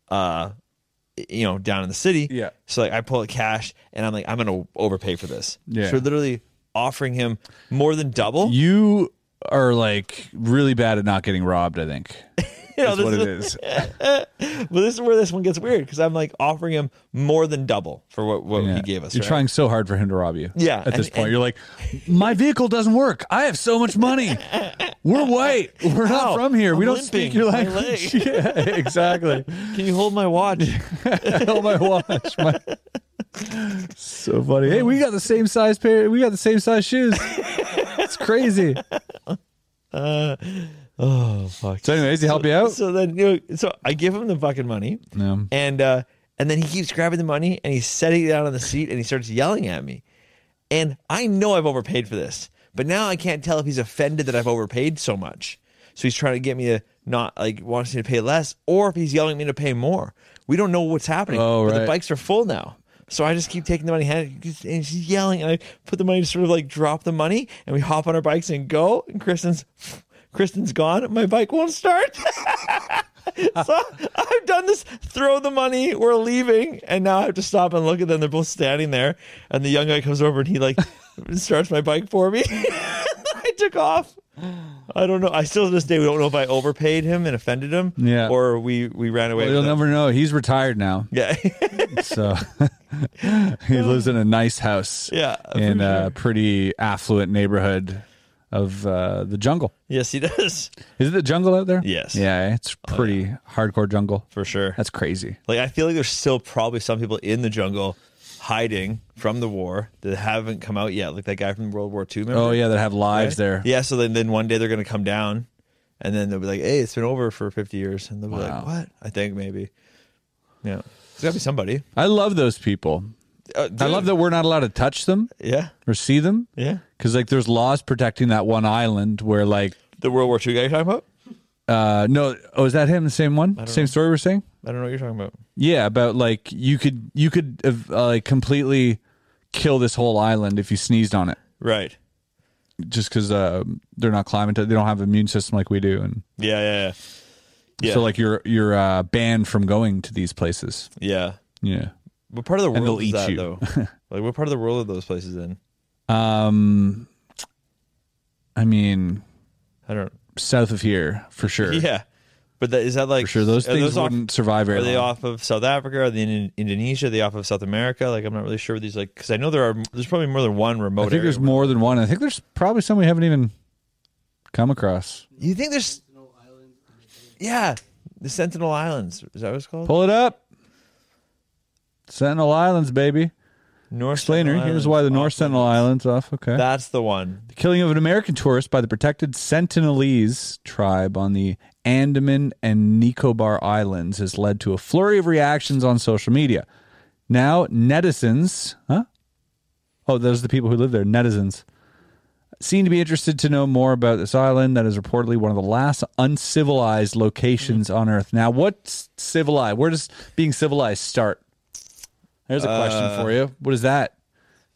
S2: uh, you know, down in the city.
S3: Yeah.
S2: So like I pull out cash, and I'm like I'm gonna overpay for this.
S3: Yeah.
S2: So literally offering him more than double.
S3: You are like really bad at not getting robbed, I think.
S2: You know,
S3: That's what
S2: this
S3: it
S2: is-
S3: is.
S2: Well, this is where this one gets weird because I'm like offering him more than double for what, what
S3: Yeah.
S2: he gave us.
S3: You're
S2: right?
S3: trying so hard for him to rob you.
S2: Yeah,
S3: At this
S2: and-
S3: point,
S2: and-
S3: you're like, my vehicle doesn't work. I have so much money. We're white. We're
S2: Ow,
S3: not from here. we
S2: I'm
S3: don't speak
S2: limping.
S3: your
S2: My
S3: language.
S2: leg.
S3: yeah, exactly.
S2: Can you hold my watch?
S3: oh my watch. My... So funny. Hey, we got the same size pair. We got the same size shoes. It's crazy.
S2: oh fuck.
S3: So, anyways, he help you out.
S2: So then you know, so I give him the fucking money,
S3: Yeah.
S2: and uh, and then he keeps grabbing the money and he's setting it down on the seat and he starts yelling at me, and I know I've overpaid for this, but now I can't tell if he's offended that I've overpaid so much. So he's trying to get me to not like wants me to pay less, or if he's yelling at me to pay more. We don't know what's happening.
S3: Oh,
S2: but
S3: right.
S2: The bikes are full now. So I just keep taking the money hand and she's yelling, and I put the money to sort of like drop the money, and we hop on our bikes and go. And Kristen's, Kristen's gone. My bike won't start. so I've done this. Throw the money. We're leaving, and now I have to stop and look at them. They're both standing there, and the young guy comes over and he like starts my bike for me. I took off. I don't know. I still to this day we don't know if I overpaid him and offended him,
S3: Yeah.
S2: or we we ran away.
S3: Well, you'll
S2: with him.
S3: never know. He's retired now,
S2: yeah.
S3: so he lives in a nice house.
S2: Yeah, for
S3: in a pretty affluent neighborhood of uh, the jungle.
S2: Yes, he does.
S3: Is it the jungle out there?
S2: Yes. Oh,
S3: Yeah, eh? it's pretty hardcore jungle.
S2: For sure.
S3: That's crazy.
S2: Like I feel like there's still probably some people in the jungle hiding from the war that haven't come out yet. Like that guy from World War II. Remember?
S3: Oh yeah, that have lives
S2: Right?
S3: there.
S2: Yeah, so then, then one day they're gonna come down and then they'll be like, Hey, it's been over for fifty years and they'll be
S3: Wow.
S2: like, What? I think maybe. Yeah. There's gotta be somebody.
S3: I love those people.
S2: Uh,
S3: I love that we're not allowed to touch them
S2: Yeah.
S3: or see them
S2: Yeah.
S3: because like there's laws protecting that one island where like
S2: The World War II guy you're talking about?
S3: uh no oh is that him the same one same story we're saying
S2: I don't know what you're talking about.
S3: yeah about like you could you could uh, uh, like completely kill this whole island if you sneezed on it
S2: Right.
S3: just because uh, they're not climatized they don't have an immune system like we do and
S2: Yeah, yeah, yeah. Yeah.
S3: so like you're you're uh, banned from going to these places
S2: yeah.
S3: yeah
S2: What part of the
S3: And
S2: world
S3: they'll
S2: is
S3: eat
S2: that
S3: you.
S2: though? like what part of the world are those places in?
S3: um I mean
S2: I don't
S3: south of here for sure
S2: Yeah, but that, is that like
S3: for sure those
S2: are
S3: things
S2: off-
S3: wouldn't survive very
S2: are they
S3: long.
S2: off of South Africa? Are they in Indonesia? Are they off of South America? Like I'm not really sure these like because I know there are there's probably more than one remote.
S3: I think there's
S2: area.
S3: more than one. I think there's probably some we haven't even come across.
S2: You think there's yeah the Sentinel Islands is that what it's called?
S3: Pull it up. Sentinel Islands, baby.
S2: North
S3: Explainer.
S2: Sentinel
S3: Here's why the
S2: Islands,
S3: North
S2: off
S3: Sentinel Islands off. Okay.
S2: That's the one.
S3: the killing of an American tourist by the protected Sentinelese tribe on the Andaman and Nicobar Islands has led to a flurry of reactions on social media. Now, netizens, huh? Oh, those are the people who live there, netizens, seem to be interested to know more about this island that is reportedly one of the last uncivilized locations on Earth. Now, what's civilized? Where does being civilized start? There's a question for you. What is that?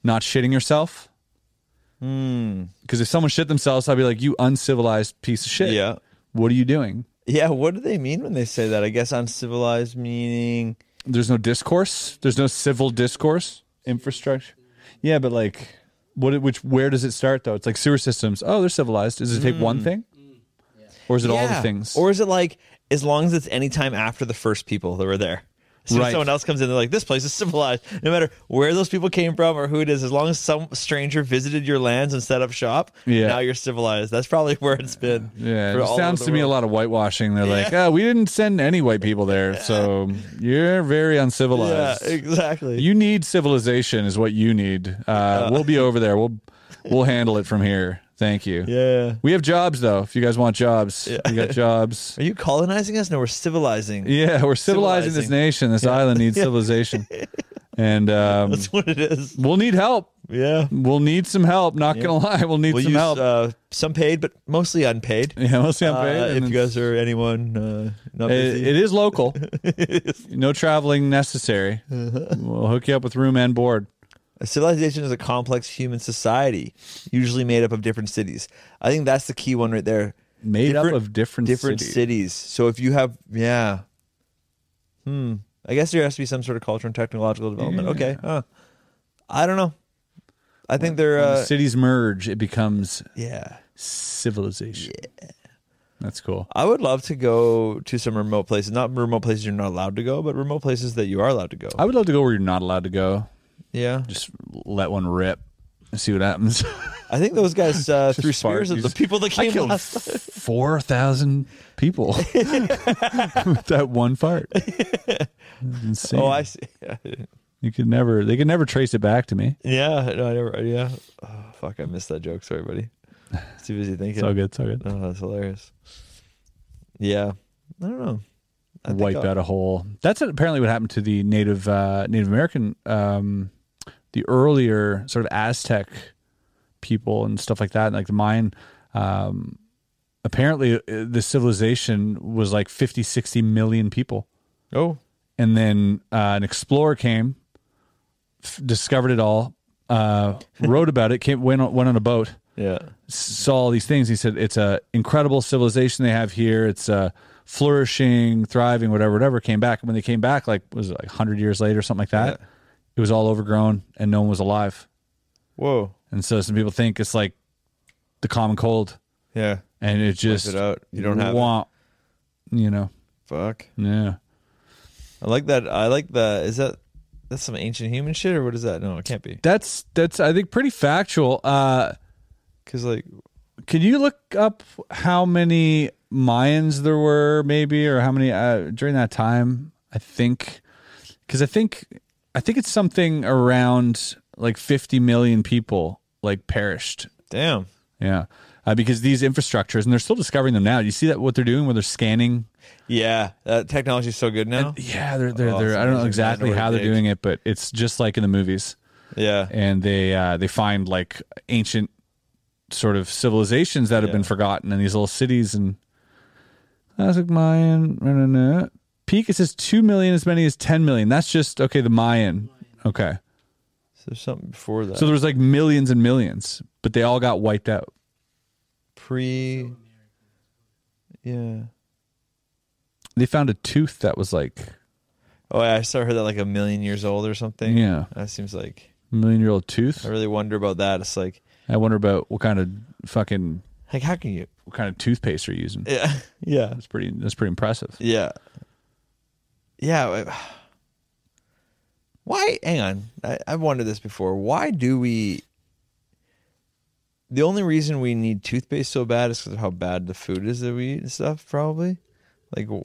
S3: Not shitting yourself? Because if someone shit themselves, I'd be like, you uncivilized piece of shit.
S2: Yeah,
S3: What are you doing?
S2: yeah. What do they mean when they say that? I guess uncivilized meaning
S3: There's no discourse. There's no civil discourse infrastructure. Yeah, but like, what? Which? Where does it start though? It's like sewer systems. Oh, they're civilized. Does it take one thing, or is it all the
S2: Mm. Yeah.
S3: things?
S2: or is it like as long as it's any time after the first people that were there? soon
S3: Right.
S2: as someone else comes in, they're like, "This place is civilized." No matter where those people came from or who it is, as long as some stranger visited your lands and set up shop,
S3: Yeah.
S2: now you're civilized. That's probably where it's been.
S3: Yeah,
S2: for
S3: it
S2: all
S3: just
S2: over
S3: sounds
S2: the
S3: to me a
S2: world.
S3: lot of whitewashing. They're like, oh, we didn't send any white people there, so you're very
S2: Yeah,
S3: uncivilized.
S2: exactly.
S3: You need civilization, is what you need. Uh, we'll be over there. We'll we'll handle it from here. Thank you.
S2: yeah.
S3: We have jobs though. If you guys want jobs, we got jobs.
S2: Are you colonizing us? No, we're civilizing.
S3: Yeah, we're civilizing, this
S2: Civilizing.
S3: nation. This island needs civilization, and um,
S2: That's what it is.
S3: we'll need help.
S2: Yeah.
S3: We'll need some help. Not gonna lie, we'll need
S2: We'll
S3: some
S2: use
S3: help.
S2: uh, some paid, but mostly unpaid.
S3: yeah, we'll see.
S2: Uh, if you guys are anyone uh, not
S3: It,
S2: busy,
S3: it is local. No traveling necessary. We'll hook you up with room and board.
S2: A civilization is a complex human society, usually made up of different cities. I think that's the key one right there.
S3: Made up of different
S2: different
S3: cities.
S2: cities. So if you have, yeah, hmm, I guess there has to be some sort of culture and technological development. Okay, huh. I don't know. I think they're,
S3: When the
S2: uh,
S3: cities merge, it becomes
S2: yeah.
S3: civilization. That's cool.
S2: I would love to go to some remote places, not remote places you're not allowed to go, but remote places that you are allowed to go.
S3: I would love to go where you're not allowed to go.
S2: yeah,
S3: Just let one rip and see what happens.
S2: I think those guys uh, threw
S3: fart.
S2: spears at
S3: You
S2: the
S3: just-
S2: people that
S3: I
S2: came
S3: killed
S2: last.
S3: four thousand people with that one fart. Insane.
S2: Oh, I see.
S3: You could never. They could never trace it back to me.
S2: Yeah, no, I never. Yeah, oh, fuck, I missed that joke. Sorry, buddy. It's Too busy thinking.
S3: It's all good. It's all good.
S2: Oh, that's hilarious. Yeah, I don't know. I think
S3: wipe
S2: I'll-
S3: out a whole. That's apparently what happened to the Native uh, Native American, um, the earlier sort of Aztec people and stuff like that, and like the Mayan. Um, apparently, uh, the civilization was like 50, 60 million people,
S2: Oh,
S3: and then uh, an explorer came, f- discovered it all, uh, wrote about it, came went on, went on a boat,
S2: yeah.
S3: saw all these things. He said it's a incredible civilization they have here. It's uh, flourishing, thriving, whatever, whatever. Came back and when they came back, like was it like hundred years later, something like that. It was all overgrown and no one was alive.
S2: Whoa.
S3: And so some people think it's like the common cold,
S2: Yeah.
S3: and it just
S2: it out. You don't have it.
S3: wah, you know,
S2: Fuck.
S3: yeah.
S2: I like that. I like the. Is that that's some ancient human shit or what is that? No, it can't be.
S3: That's that's I think pretty factual. Uh,
S2: Because like,
S3: can you look up how many Mayans there were, maybe, or how many uh, during that time? I think, because I think, I think it's something around like 50 million people like perished.
S2: damn.
S3: Yeah, uh, because these infrastructures, and they're still discovering them now. You see that what they're doing, where they're scanning.
S2: Yeah, that technology's so good now.
S3: Yeah, they're they're,
S2: Oh,
S3: they're
S2: it's
S3: I don't know
S2: amazing. I
S3: exactly
S2: know what
S3: how
S2: it
S3: they're
S2: takes.
S3: doing it, but it's just like in the movies
S2: yeah.
S3: and they uh, they find like ancient sort of civilizations that have been forgotten in these little cities and classic Mayan. Nah, nah, nah. Peak it says two million, as many as ten million. That's just okay. The Mayan. Okay,
S2: So there's something before that.
S3: so there was like millions and millions, but they all got wiped out.
S2: pre. Yeah.
S3: They found a tooth that was like
S2: Oh, yeah, I saw her that like a million years old or something.
S3: Yeah.
S2: That seems like.
S3: a million year old tooth.
S2: I really wonder about that. It's like,
S3: I wonder about what kind of fucking
S2: like how can you?
S3: what kind of toothpaste they're using.
S2: Yeah. Yeah.
S3: That's pretty. That's pretty impressive.
S2: Yeah. Yeah. I- Why? Hang on. I, I've wondered this before. Why do we. The only reason we need toothpaste so bad is because of how bad the food is that we eat and stuff, probably. Like, w-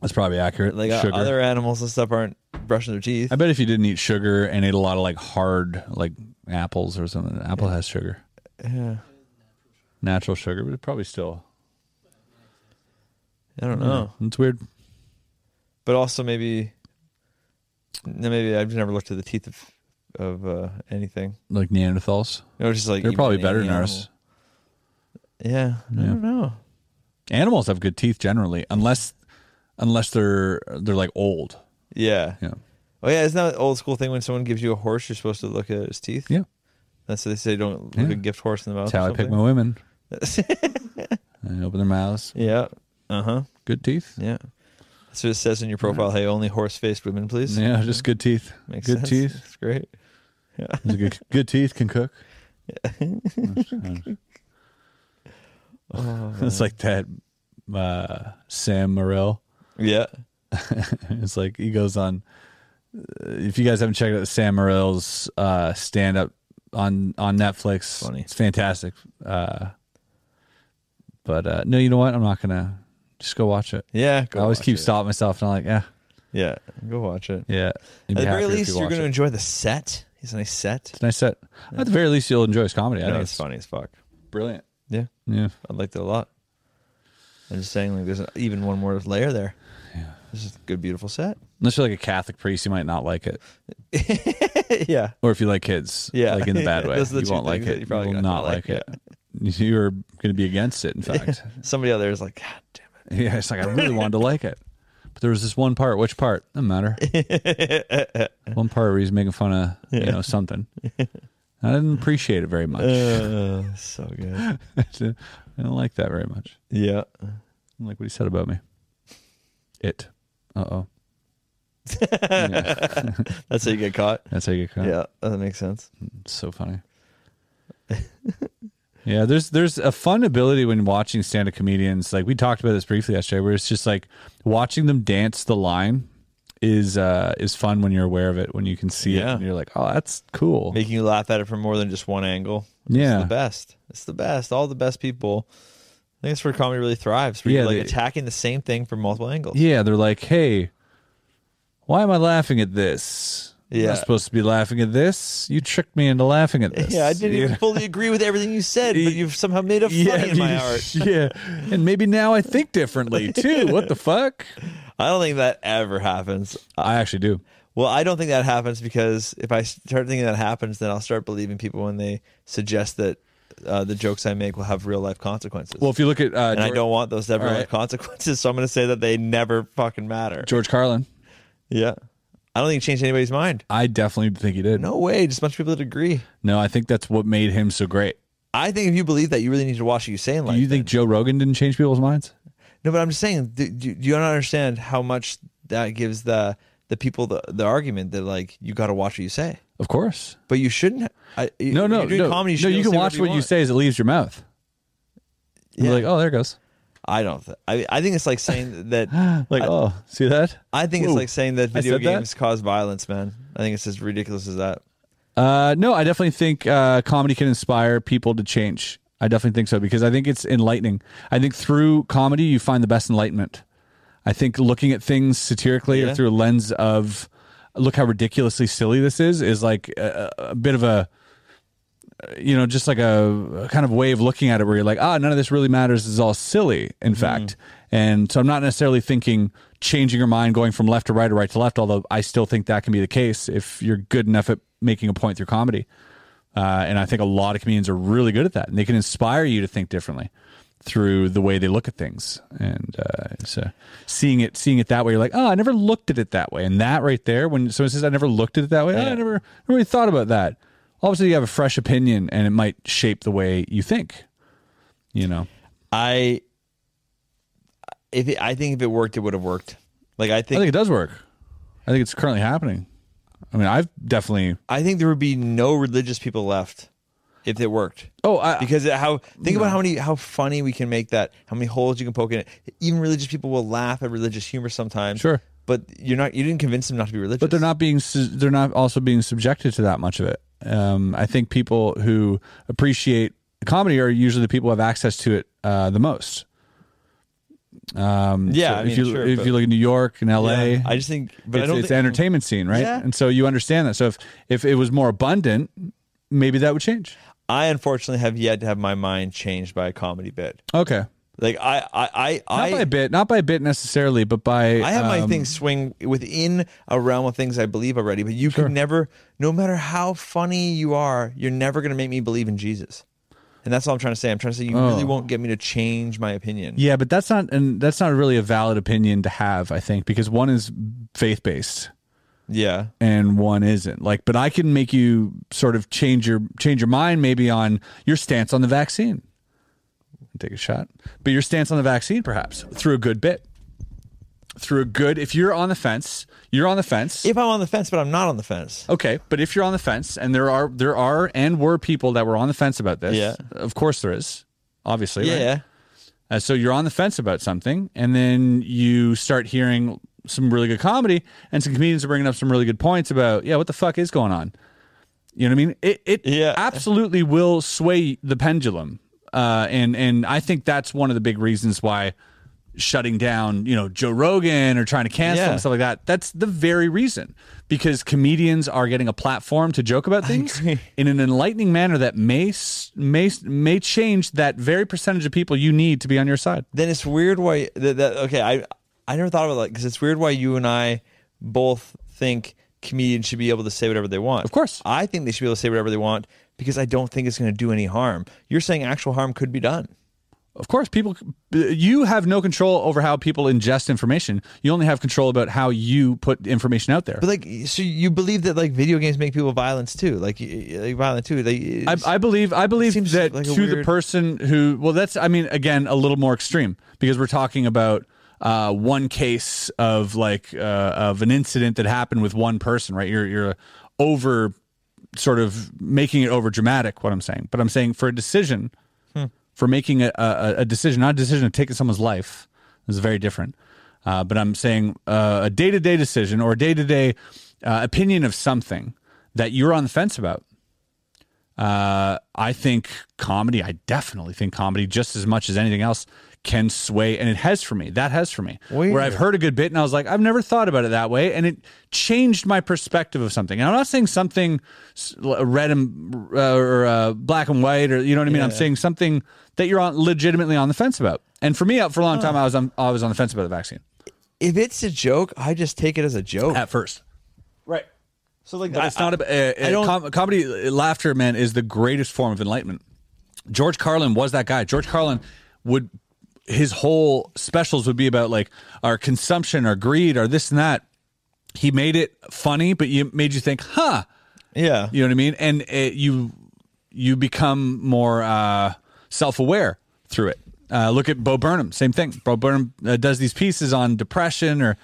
S3: That's probably accurate.
S2: like uh,
S3: Sugar.
S2: other animals and stuff aren't brushing their teeth.
S3: I bet if you didn't eat sugar and ate a lot of like hard like apples or something, apple has sugar,
S2: Yeah.
S3: natural sugar, but it probably still.
S2: I
S3: Hmm.
S2: don't know.
S3: It's weird.
S2: But also, maybe. no, Maybe I've never looked at the teeth of, of uh, anything.
S3: Like Neanderthals,
S2: No, just like
S3: they're
S2: even
S3: probably
S2: any
S3: better than
S2: animal.
S3: ours.
S2: Yeah, I don't know.
S3: Animals have good teeth generally, unless unless they're they're like old.
S2: Yeah.
S3: Yeah,
S2: Oh yeah, isn't that an old school thing when someone gives you a horse, you're supposed to look at its teeth?
S3: yeah.
S2: That's what they say. Don't look
S3: Yeah.
S2: a gift horse in the mouth.
S3: That's how
S2: or
S3: I pick my
S2: something.
S3: women. I open their mouths.
S2: Yeah. Uh huh.
S3: Good teeth.
S2: Yeah. That's what it says in your profile. Hey, only horse-faced women, please.
S3: Yeah, just good teeth.
S2: Makes
S3: good
S2: sense.
S3: teeth.
S2: It's great.
S3: good, good teeth can cook. it's like that uh, Sam Morril.
S2: Yeah.
S3: it's like he goes on. uh, If you guys haven't checked out Sam Morril's uh, stand up on on Netflix,
S2: Funny.
S3: it's fantastic. Uh, but uh, no, you know what? I'm not gonna just go watch it.
S2: Yeah, go
S3: I always
S2: watch
S3: keep
S2: it.
S3: stopping myself and I'm like, yeah,
S2: Yeah, go watch it.
S3: yeah. You'd be
S2: At the very
S3: happier if you
S2: least, you're
S3: watch
S2: going to
S3: it.
S2: enjoy the set. It's a nice set.
S3: It's a nice set. At the very least, you'll enjoy his comedy. I
S2: No,
S3: think
S2: it's funny as fuck.
S3: Brilliant.
S2: Yeah,
S3: Yeah.
S2: I liked it a lot. I'm just saying, like, there's even one more layer there. Yeah, this is a good, beautiful set.
S3: Unless you're like a Catholic priest, you might not like it.
S2: yeah,
S3: Or if you like kids,
S2: Yeah.
S3: like in the bad way,
S2: Those are the
S3: you
S2: two
S3: won't like
S2: things that
S3: it.
S2: you're
S3: You
S2: probably
S3: will
S2: gonna
S3: not
S2: like,
S3: like it. You're going to be against it, in fact.
S2: somebody out there is like, God damn it.
S3: yeah, it's like, I really wanted to like it. But there was this one part. Which part? Doesn't matter. one part where he's making fun of, you know, something. I didn't appreciate it very much.
S2: Uh, so good.
S3: I didn't like that very much.
S2: Yeah.
S3: I didn't like what he said about me. It. Uh-oh.
S2: That's how you get caught.
S3: That's how you get caught.
S2: Yeah, that makes sense.
S3: It's so funny. yeah, there's there's a fun ability when watching stand up comedians. Like we talked about this briefly yesterday, where it's just like watching them dance the line is uh is fun when you're aware of it, when you can see it
S2: Yeah.
S3: and you're like, Oh, that's cool.
S2: Making you laugh at it from more than just one angle.
S3: Yeah.
S2: It's the best. It's the best. All the best people. I think that's where comedy really thrives. Where
S3: Yeah,
S2: you're like
S3: they-
S2: attacking the same thing from multiple angles.
S3: yeah, they're like, Hey, why am I laughing at this? I'm
S2: Yeah.
S3: not supposed to be laughing at this. You tricked me into laughing at this.
S2: Yeah, I didn't
S3: You
S2: even
S3: know?
S2: fully agree with everything you said, but you've somehow made it funny in my heart.
S3: yeah. And maybe now I think differently too. What the fuck?
S2: I don't think that ever happens.
S3: I actually do.
S2: Well, I don't think that happens because if I start thinking that happens, then I'll start believing people when they suggest that uh, the jokes I make will have real life consequences.
S3: Well, if you look at uh,
S2: and I
S3: George-
S2: don't want those to have real
S3: All right.
S2: life consequences, so I'm going to say that they never fucking matter.
S3: George Carlin,
S2: Yeah. I don't think it changed anybody's mind.
S3: I definitely think he did.
S2: No way. Just a bunch of people that agree.
S3: no, I think that's what made him so great.
S2: I think if you believe that, you really need to watch what you say in life.
S3: Do you think Joe Rogan didn't change people's minds?
S2: No, but I'm just saying, do, do, do you not understand how much that gives the the people the, the argument that like you got to watch what you say,
S3: Of course.
S2: but you shouldn't. I, you-
S3: No, no,
S2: you're doing
S3: no.
S2: comedy, you
S3: no,
S2: should be
S3: you
S2: able
S3: can
S2: to
S3: watch
S2: say
S3: what you
S2: want.
S3: say as it leaves your mouth.
S2: Yeah.
S3: You're like, oh, there it goes.
S2: I don't. Th- I I think it's like saying that.
S3: Like,
S2: I,
S3: oh, see that?
S2: I think
S3: Whoa.
S2: it's like saying that
S3: I
S2: video
S3: said that?
S2: games cause violence, man. I think it's as ridiculous as that.
S3: Uh, no, I definitely think uh, comedy can inspire people to change. I definitely think so because I think it's enlightening. I think through comedy you find the best enlightenment. I think looking at things satirically
S2: Yeah.
S3: or through a lens of look how ridiculously silly this is is like a, a a bit of a you know just like a, a kind of way of looking at it where you're like ah none of this really matters this is all silly in fact and so i'm not necessarily thinking changing your mind going from left to right or right to left although i still think that can be the case if you're good enough at making a point through comedy uh, and I think a lot of comedians are really good at that, and they can inspire you to think differently through the way they look at things. And uh, so, seeing it, seeing it that way, you're like, oh, I never looked at it that way. And that right there, when someone says, "I never looked at it that way," oh, I never really thought about that. All of a sudden, you have a fresh opinion, and it might shape the way you think. You know,
S2: I if it, I think if it worked, it would have worked. Like I
S3: I
S2: think
S3: think it does work. I think it's currently happening. I mean, I've definitely.
S2: I think there would be no religious people left if it worked.
S3: Oh, I,
S2: Because it- how think about how many how funny we can make that, how many holes you can poke in it. Even religious people will laugh at religious humor sometimes.
S3: Sure.
S2: but you're not you didn't convince them not to be religious.
S3: but they're not being su- they're not also being subjected to that much of it um, i think people who appreciate comedy are usually the people who have access to it uh, the most um, so
S2: Yeah, I
S3: if
S2: mean,
S3: you
S2: sure,
S3: if
S2: but-
S3: you look at new york and la
S2: Yeah, I just think, but
S3: it's,
S2: I don't
S3: it's
S2: thi-
S3: entertainment scene right
S2: Yeah.
S3: and so you understand that so if if it was more abundant maybe that would change
S2: I unfortunately have yet to have my mind changed by a comedy bit.
S3: okay
S2: Like I I
S3: not
S2: I I,
S3: by a bit not by a bit necessarily but by
S2: I have my
S3: um,
S2: things swing within a realm of things I believe already, but you can never, no matter how funny you are, you're never going to make me believe in Jesus. And that's all I'm trying to say. I'm trying to say you
S3: Oh.
S2: really won't get me to change my opinion.
S3: Yeah, but that's not and that's not really a valid opinion to have, I think, because one is faith based
S2: Yeah.
S3: and one isn't. Like, but I can make you sort of change your change your mind maybe on your stance on the vaccine. Take a shot. But your stance on the vaccine, perhaps, through a good bit. Through a good if you're on the fence, you're on the fence.
S2: If I'm on the fence, but I'm not on the fence.
S3: Okay, but if you're on the fence, and there are there are and were people that were on the fence about this,
S2: Yeah.
S3: of course there is, obviously, right?
S2: Yeah.
S3: Uh, so you're on the fence about something, and then you start hearing some really good comedy, and some comedians are bringing up some really good points about yeah, what the fuck is going on? You know what I mean? It it
S2: Yeah.
S3: absolutely will sway the pendulum, uh, and and I think that's one of the big reasons why shutting down you know Joe Rogan or trying to cancel him
S2: Yeah.
S3: and stuff like that. That's the very reason because comedians are getting a platform to joke about things
S2: agree.
S3: in an enlightening manner that may s- may s- may change that very percentage of people you need to be on your side.
S2: then it's weird why that, that okay i i never thought about that because it's weird why you and i both think comedians should be able to say whatever they want
S3: Of course.
S2: i think they should be able to say whatever they want because i don't think it's going to do any harm you're saying actual harm could be done
S3: Of course, people, you have no control over how people ingest information. You only have control about how you put information out there.
S2: but like so you believe that like video games make people violent too like, y- y- like violent too like
S3: I,
S2: it's-
S3: I believe, I believe
S2: seems
S3: that
S2: like a
S3: to the
S2: weird-
S3: person who, well, that's, I mean, again, a little more extreme because we're talking about uh, one case of like uh, of an incident that happened with one person, right? You're you're over sort of making it over dramatic. What I'm saying, but I'm saying for a decision,
S2: Hmm.
S3: for making a, a, a decision, not a decision of taking someone's life, is very different. Uh, but I'm saying uh, a day to day decision or a day to day opinion of something that you're on the fence about. Uh, I think comedy, I definitely think comedy just as much as anything else can sway, and it has for me. That has for me. Where I've heard a good bit and I was like, I've never thought about it that way. And it changed my perspective of something. And I'm not saying something s- l- red and uh, or uh, black and white, or you know what I mean? I'm saying something that you're on, legitimately on the fence about. And for me, uh, for a long time, I was on, I was on the fence about the vaccine
S2: if it's a joke i just take it as a joke
S3: at first. Right.
S2: so like
S3: But it's not about. Uh,
S2: I
S3: uh,
S2: don't-
S3: com- comedy uh, laughter, man, is the greatest form of enlightenment. George Carlin was that guy. George Carlin would his whole specials would be about like our consumption, our greed, our this and that. He made it funny, but you made you think, huh?
S2: yeah
S3: You know what I mean? And uh you you become more uh, self aware through it. Uh, look at Bo Burnham, same thing. Bo Burnham uh, does these pieces on depression or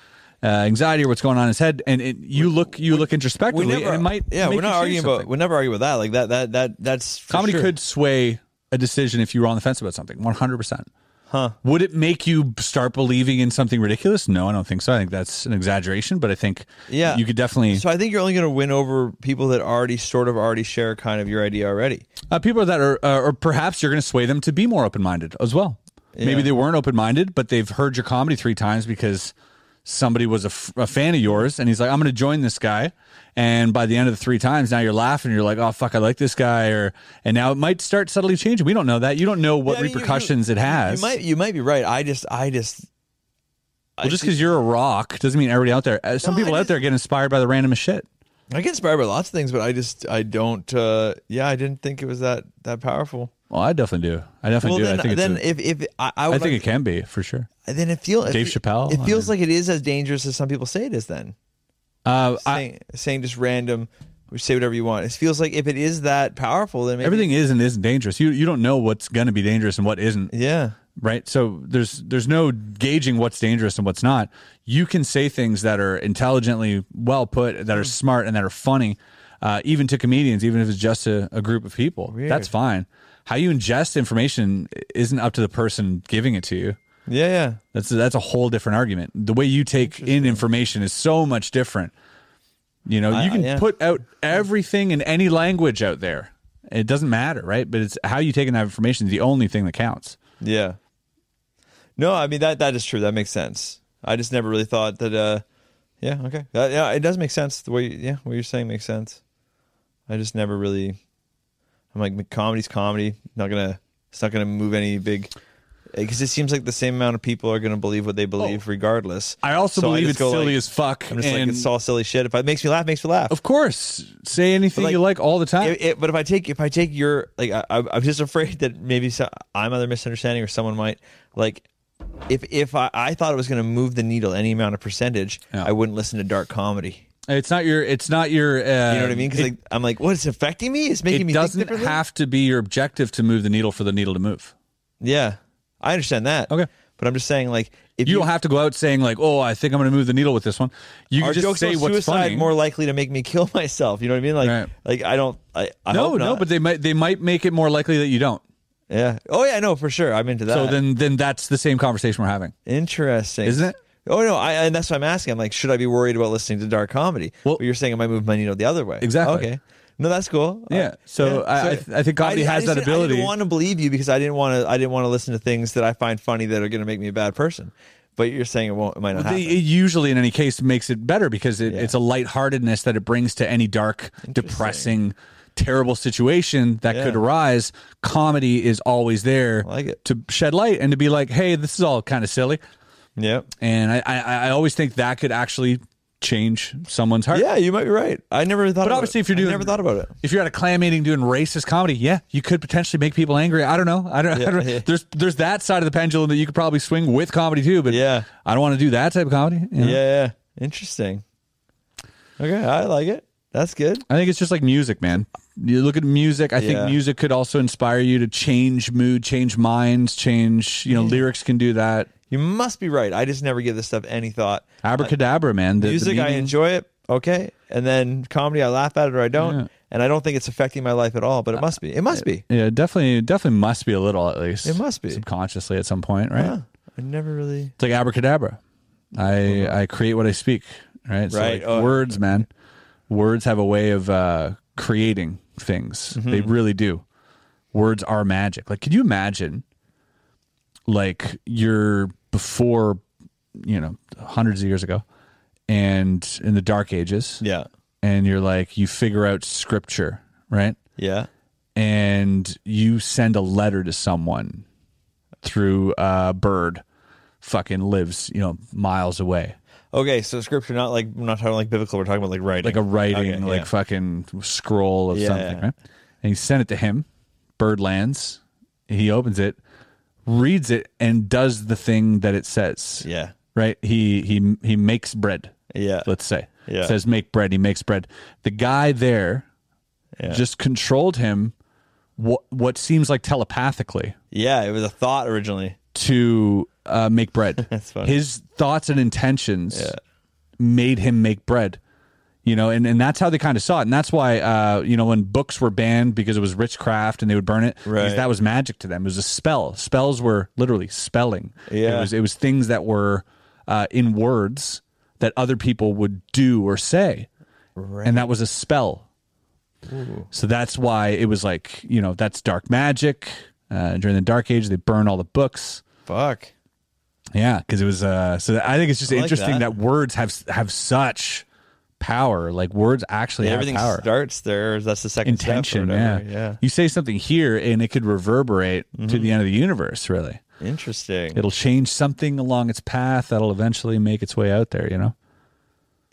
S3: uh, anxiety or what's going on in his head, and it, you look you look introspectively, and it might
S2: yeah
S3: make
S2: we're
S3: you
S2: not
S3: change
S2: arguing
S3: something.
S2: about we're never arguing about that like that that that that's for
S3: comedy
S2: sure.
S3: could sway a decision if you were on the fence about something 100% huh would it make you start believing in something ridiculous no i don't think so i think that's an exaggeration but i think
S2: Yeah.
S3: you could definitely
S2: So I think you're only going to win over people that already sort of already share kind of your idea already.
S3: uh, people that are uh, or perhaps you're going to sway them to be more open-minded as well maybe they weren't open-minded but they've heard your comedy three times because somebody was a, f- a fan of yours and he's like i'm going to join this guy and by the end of the three times now you're laughing you're like oh fuck i like this guy or and now it might start subtly changing we don't know that you don't know what
S2: Yeah, I mean, you- you-
S3: repercussions it has
S2: You might you might be right. I just I just
S3: Well, just because you're a rock doesn't mean everybody out there. uh, Some
S2: No,
S3: people
S2: I
S3: out
S2: just-
S3: there get inspired by the randomest shit.
S2: I get inspired by lots of things, but I just I don't. uh Yeah, I didn't think it was that that powerful.
S3: Well, I definitely do. I definitely do.
S2: well,
S3: I
S2: then
S3: think
S2: then
S3: it's. a-
S2: if if I, I,
S3: I
S2: would
S3: think it
S2: like,
S3: can be for sure.
S2: then it feels
S3: Dave Chappelle,
S2: It
S3: I
S2: feels like it is as dangerous as some people say it is. Then
S3: Uh, I,
S2: saying, saying just random, say whatever you want. It feels like if it is that powerful, then maybe,
S3: everything is and isn't dangerous. You you don't know what's gonna be dangerous and what isn't,
S2: Yeah,
S3: right? So there's there's no gauging what's dangerous and what's not. You can say things that are intelligently well put, that are smart and that are funny, uh, even to comedians, even if it's just a, a group of people. That's fine. How you ingest information isn't up to the person giving it to you.
S2: yeah, yeah.
S3: That's that's a whole different argument. The way you take in information is so much different. You know,
S2: I-
S3: you can
S2: yeah.
S3: put out everything in any language out there. It doesn't matter, right? But it's how you take in that information is the only thing that counts.
S2: Yeah. No, I mean that that is true. That makes sense. I just never really thought that. uh Yeah, okay. That, yeah, it does make sense. The way yeah, what you're saying makes sense. I just never really. I'm like comedy's comedy. Not gonna. It's not gonna move any big. Because it seems like the same amount of people are gonna believe what they believe regardless.
S3: Oh. I also
S2: So
S3: believe
S2: just
S3: it's
S2: go
S3: silly
S2: like-
S3: as fuck.
S2: I'm just like
S3: and
S2: it's all silly shit. If it makes me laugh, it makes me laugh.
S3: of course, say anything
S2: But
S3: you
S2: like-
S3: like all the time.
S2: It- it- but if I take if I take your like I, I'm I'm just afraid that maybe so, I'm either misunderstanding or someone might like if if I, I thought it was going to move the needle any amount of percentage,
S3: Yeah.
S2: I wouldn't listen to dark comedy.
S3: it's not your. It's not your. Uh,
S2: You know what I mean? Because like I'm like, what? It's affecting me. It's making
S3: it
S2: me
S3: doesn't
S2: think differently?
S3: have to be your objective to move the needle for the needle to move.
S2: Yeah, I understand that.
S3: Okay.
S2: but I'm just saying like if
S3: You
S2: you,
S3: don't have to go out saying like, "Oh, I think I'm going to move the needle with this one." You can
S2: are
S3: just
S2: jokes
S3: say
S2: about
S3: what's
S2: suicide
S3: funny.
S2: more likely to make me kill myself. You know what I mean? Like
S3: Right.
S2: like I don't. I, I
S3: no,
S2: hope
S3: no,
S2: not.
S3: but they might they might make it more likely that you don't.
S2: yeah. Oh yeah, no, for sure. I'm into that.
S3: So then then that's the same conversation we're having.
S2: Interesting,
S3: Isn't it?
S2: Oh no, I and that's what I'm asking. I'm like, should I be worried about listening to dark comedy?
S3: Well-
S2: Well, you're saying I might move my needle the other way.
S3: Exactly.
S2: Okay. No, that's cool.
S3: Yeah. So I- I th- I think comedy has that
S2: just didn't- I
S3: ability.
S2: didn't want to believe you because I didn't want to. I didn't want to listen to things that I find funny that are going to make me a bad person. But you're saying it won't. It might not
S3: But they-
S2: happen.
S3: it usually, in any case, makes it better because it,
S2: Yeah.
S3: it's a lightheartedness that it brings to any dark, depressing, terrible situation that could
S2: Yeah.
S3: arise. Comedy is always there
S2: like it.
S3: to shed light and to be like, hey, this is all kind of silly.
S2: yeah.
S3: And I, I, I always think that could actually change someone's heart.
S2: Yeah, you might be right. I never thought.
S3: But
S2: about
S3: obviously,
S2: it.
S3: if you're
S2: I
S3: doing-
S2: never thought about it.
S3: If you're at a clam meeting doing racist comedy, yeah, you could potentially make people angry. I don't know. I don't. I
S2: Yeah,
S3: don't
S2: yeah.
S3: There's there's that side of the pendulum that you could probably swing with comedy too. But
S2: Yeah.
S3: I don't want to do that type of comedy. you know?
S2: Yeah. yeah. Interesting. Okay, I like it. That's good.
S3: I think it's just like music, man. You look at music. I
S2: Yeah.
S3: think music could also inspire you to change mood, change minds, change. You know, lyrics can do that.
S2: You must be right. I just never give this stuff any thought.
S3: Abracadabra, man. The, the
S2: music i
S3: meaning-
S2: enjoy it okay and then comedy i laugh at it or i don't and i don't think it's affecting my life at all but it must be it must be
S3: Uh, Yeah, definitely, definitely must be a little at least.
S2: It must be.
S3: subconsciously at some point, right?
S2: Huh. i never really
S3: It's like abracadabra. I I create what I speak, right? So
S2: Uh-huh. Right.
S3: like
S2: Oh.
S3: words, man. Words have a way of uh, creating things.
S2: Mm-hmm.
S3: They really do. Words are magic. Like, could you imagine, like you're before, you know, hundreds of years ago, and in the Dark Ages,
S2: yeah
S3: and you're like you figure out scripture, right?
S2: yeah
S3: and you send a letter to someone through a bird fucking lives you know miles away
S2: okay so scripture not like we're not talking like biblical we're talking about like writing
S3: like a writing
S2: Okay,
S3: like
S2: yeah.
S3: fucking scroll of
S2: Yeah.
S3: something right and you send it to him bird lands he opens it reads it and does the thing that it says
S2: yeah
S3: right he he he makes bread
S2: yeah
S3: let's say
S2: Yeah.
S3: says make bread he makes bread the guy there
S2: Yeah.
S3: just controlled him what what seems like telepathically
S2: yeah it was a thought originally
S3: to uh, make bread.
S2: That's funny.
S3: His thoughts and intentions made him make bread. You know, and, and that's how they kind of saw it. And that's why, uh, you know, when books were banned because it was witchcraft and they would burn it, because
S2: Right.
S3: that was magic to them. It was a spell. Spells were literally spelling.
S2: Yeah.
S3: It was, it was things that were uh, in words that other people would do or say. And that was a spell. So that's why it was like, you know, that's dark magic. Uh, during the Dark Age, they burn all the books.
S2: fuck
S3: Yeah, because it was. Uh, so I think it's just
S2: I like
S3: interesting that.
S2: that.
S3: words have have such power. Like words actually have
S2: everything
S3: power.
S2: starts there that's the second step or
S3: Intention, yeah.
S2: whatever. yeah Mm-hmm.
S3: You say something here, and it could reverberate to the end of the universe. Really,
S2: interesting
S3: it'll change something along its path that'll eventually make its way out there. You know,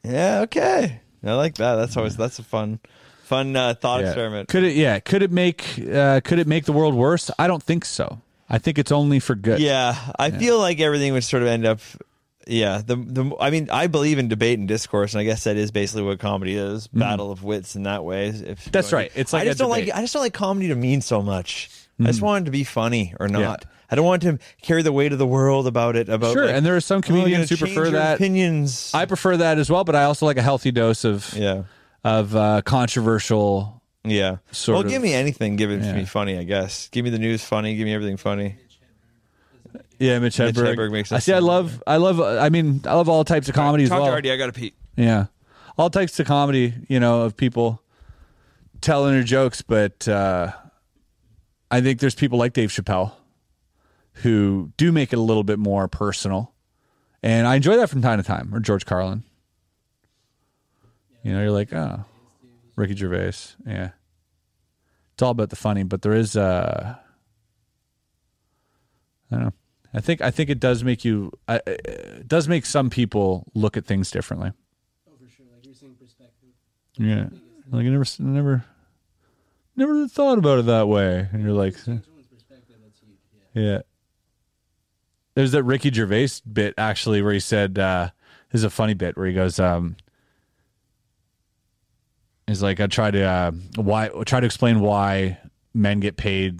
S2: yeah okay i like that that's always that's a fun fun uh, thought
S3: Yeah.
S2: experiment
S3: Could it? Yeah. Could it make? Uh, could it make the world worse? I don't think so. I think it's only for good.
S2: Yeah, I feel like everything would sort of end up. Yeah, the the I mean, I believe in debate and discourse, and I guess that is basically what comedy is: battle of wits in that way. If you
S3: Mm-hmm. That's
S2: know what I
S3: right.
S2: mean.
S3: It's like
S2: I just
S3: a
S2: don't
S3: debate. Mm-hmm.
S2: like I just don't like comedy to mean so much. I just want it to be funny or not. I don't want to carry the weight of the world about it. About
S3: Sure,
S2: like,
S3: and there are some
S2: "Oh, you're
S3: comedians
S2: gonna
S3: who
S2: change
S3: prefer
S2: your
S3: that.
S2: opinions.
S3: I prefer that as well, but I also like a healthy dose of
S2: yeah,
S3: of uh, controversial.
S2: yeah.
S3: Sort
S2: well,
S3: of-
S2: give me anything. Give it to
S3: yeah.
S2: me funny. I guess. Give me the news funny. Give me everything funny.
S3: Yeah, Mitch
S2: Mitch
S3: Hedberg.
S2: Hedberg makes
S3: I see. I
S2: sense.
S3: love. I love. uh, I mean, I love all types of comedy as
S2: Talk
S3: well.
S2: to Artie. I gotta pee.
S3: Yeah, all types of comedy. You know, of people telling their jokes, but uh, I think there's people like Dave Chappelle who do make it a little bit more personal, and I enjoy that from time to time. Or George Carlin. You know, you're like, oh, Ricky Gervais. Yeah, it's all about the funny, but there is. Uh, I don't know. I think I think it does make you. I- I- It does make some people look at things differently. Oh, for sure. Like you're saying perspective. Yeah. Like I never, s- never, never thought about it that way, and you're like, yeah. There's that Ricky Gervais bit actually where he said, uh, "This is a funny bit where he goes, um, he's like, I try to uh, why try to explain why men get paid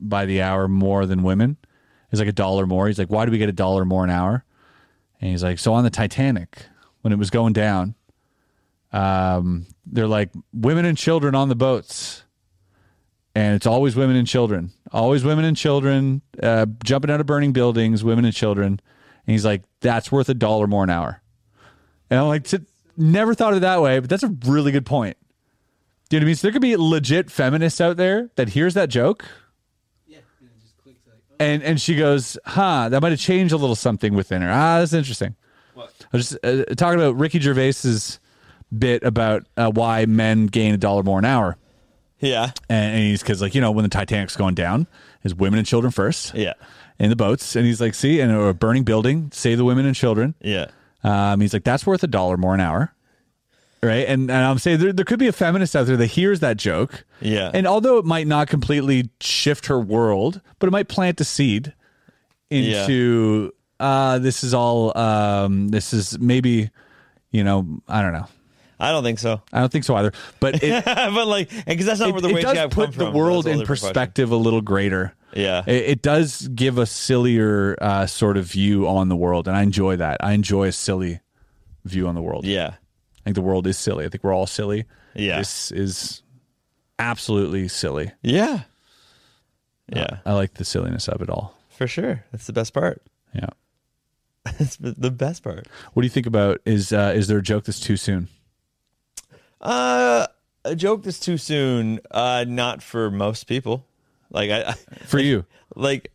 S3: by the hour more than women. It's like a dollar more. He's like, why do we get a dollar more an hour? And he's like, so on the Titanic when it was going down, um, they're like women and children on the boats." and it's always women and children, always women and children uh, jumping out of burning buildings, women and children. And he's like, that's worth a dollar more an hour. And I'm like, "T- never thought of it that way, but that's a really good point. Do you know what I mean? So there could be legit feminists out there that hears that joke. And and she goes, huh, that might have changed a little something within her. Ah, that's interesting. I was just uh, talking about Ricky Gervais's bit about uh, why men gain a dollar more an hour.
S2: Yeah.
S3: And, and he's because, like, you know, when the Titanic's going down, is women and children first
S2: Yeah.
S3: in the boats. And he's like, see, and or a burning building, save the women and children.
S2: Yeah.
S3: Um, he's like, that's worth a dollar more an hour. Right. And, and I'm saying there, there could be a feminist out there that hears that joke.
S2: Yeah.
S3: And although it might not completely shift her world, but it might plant a seed
S2: Yeah.
S3: into uh, this is all, um, this is maybe, you know, I don't know.
S2: I don't think so.
S3: I don't think so either. But it,
S2: but like, because that's not where
S3: it,
S2: the
S3: it
S2: wage
S3: does
S2: gap
S3: put
S2: come
S3: the
S2: from.
S3: world
S2: That's a
S3: in
S2: whole different question.
S3: perspective a little greater.
S2: Yeah.
S3: It, it does give a sillier uh, sort of view on the world, and I enjoy that. I enjoy a silly view on the world.
S2: Yeah.
S3: I think the world is silly. I think we're all silly.
S2: Yeah.
S3: This is absolutely silly.
S2: Yeah. Yeah.
S3: I like the silliness of it all.
S2: For sure. That's the best part.
S3: Yeah.
S2: That's the- the best part.
S3: What do you think about is uh, is there a joke that's too soon?
S2: Uh, a joke that's too soon. Uh, not for most people. Like I, I
S3: For you.
S2: like,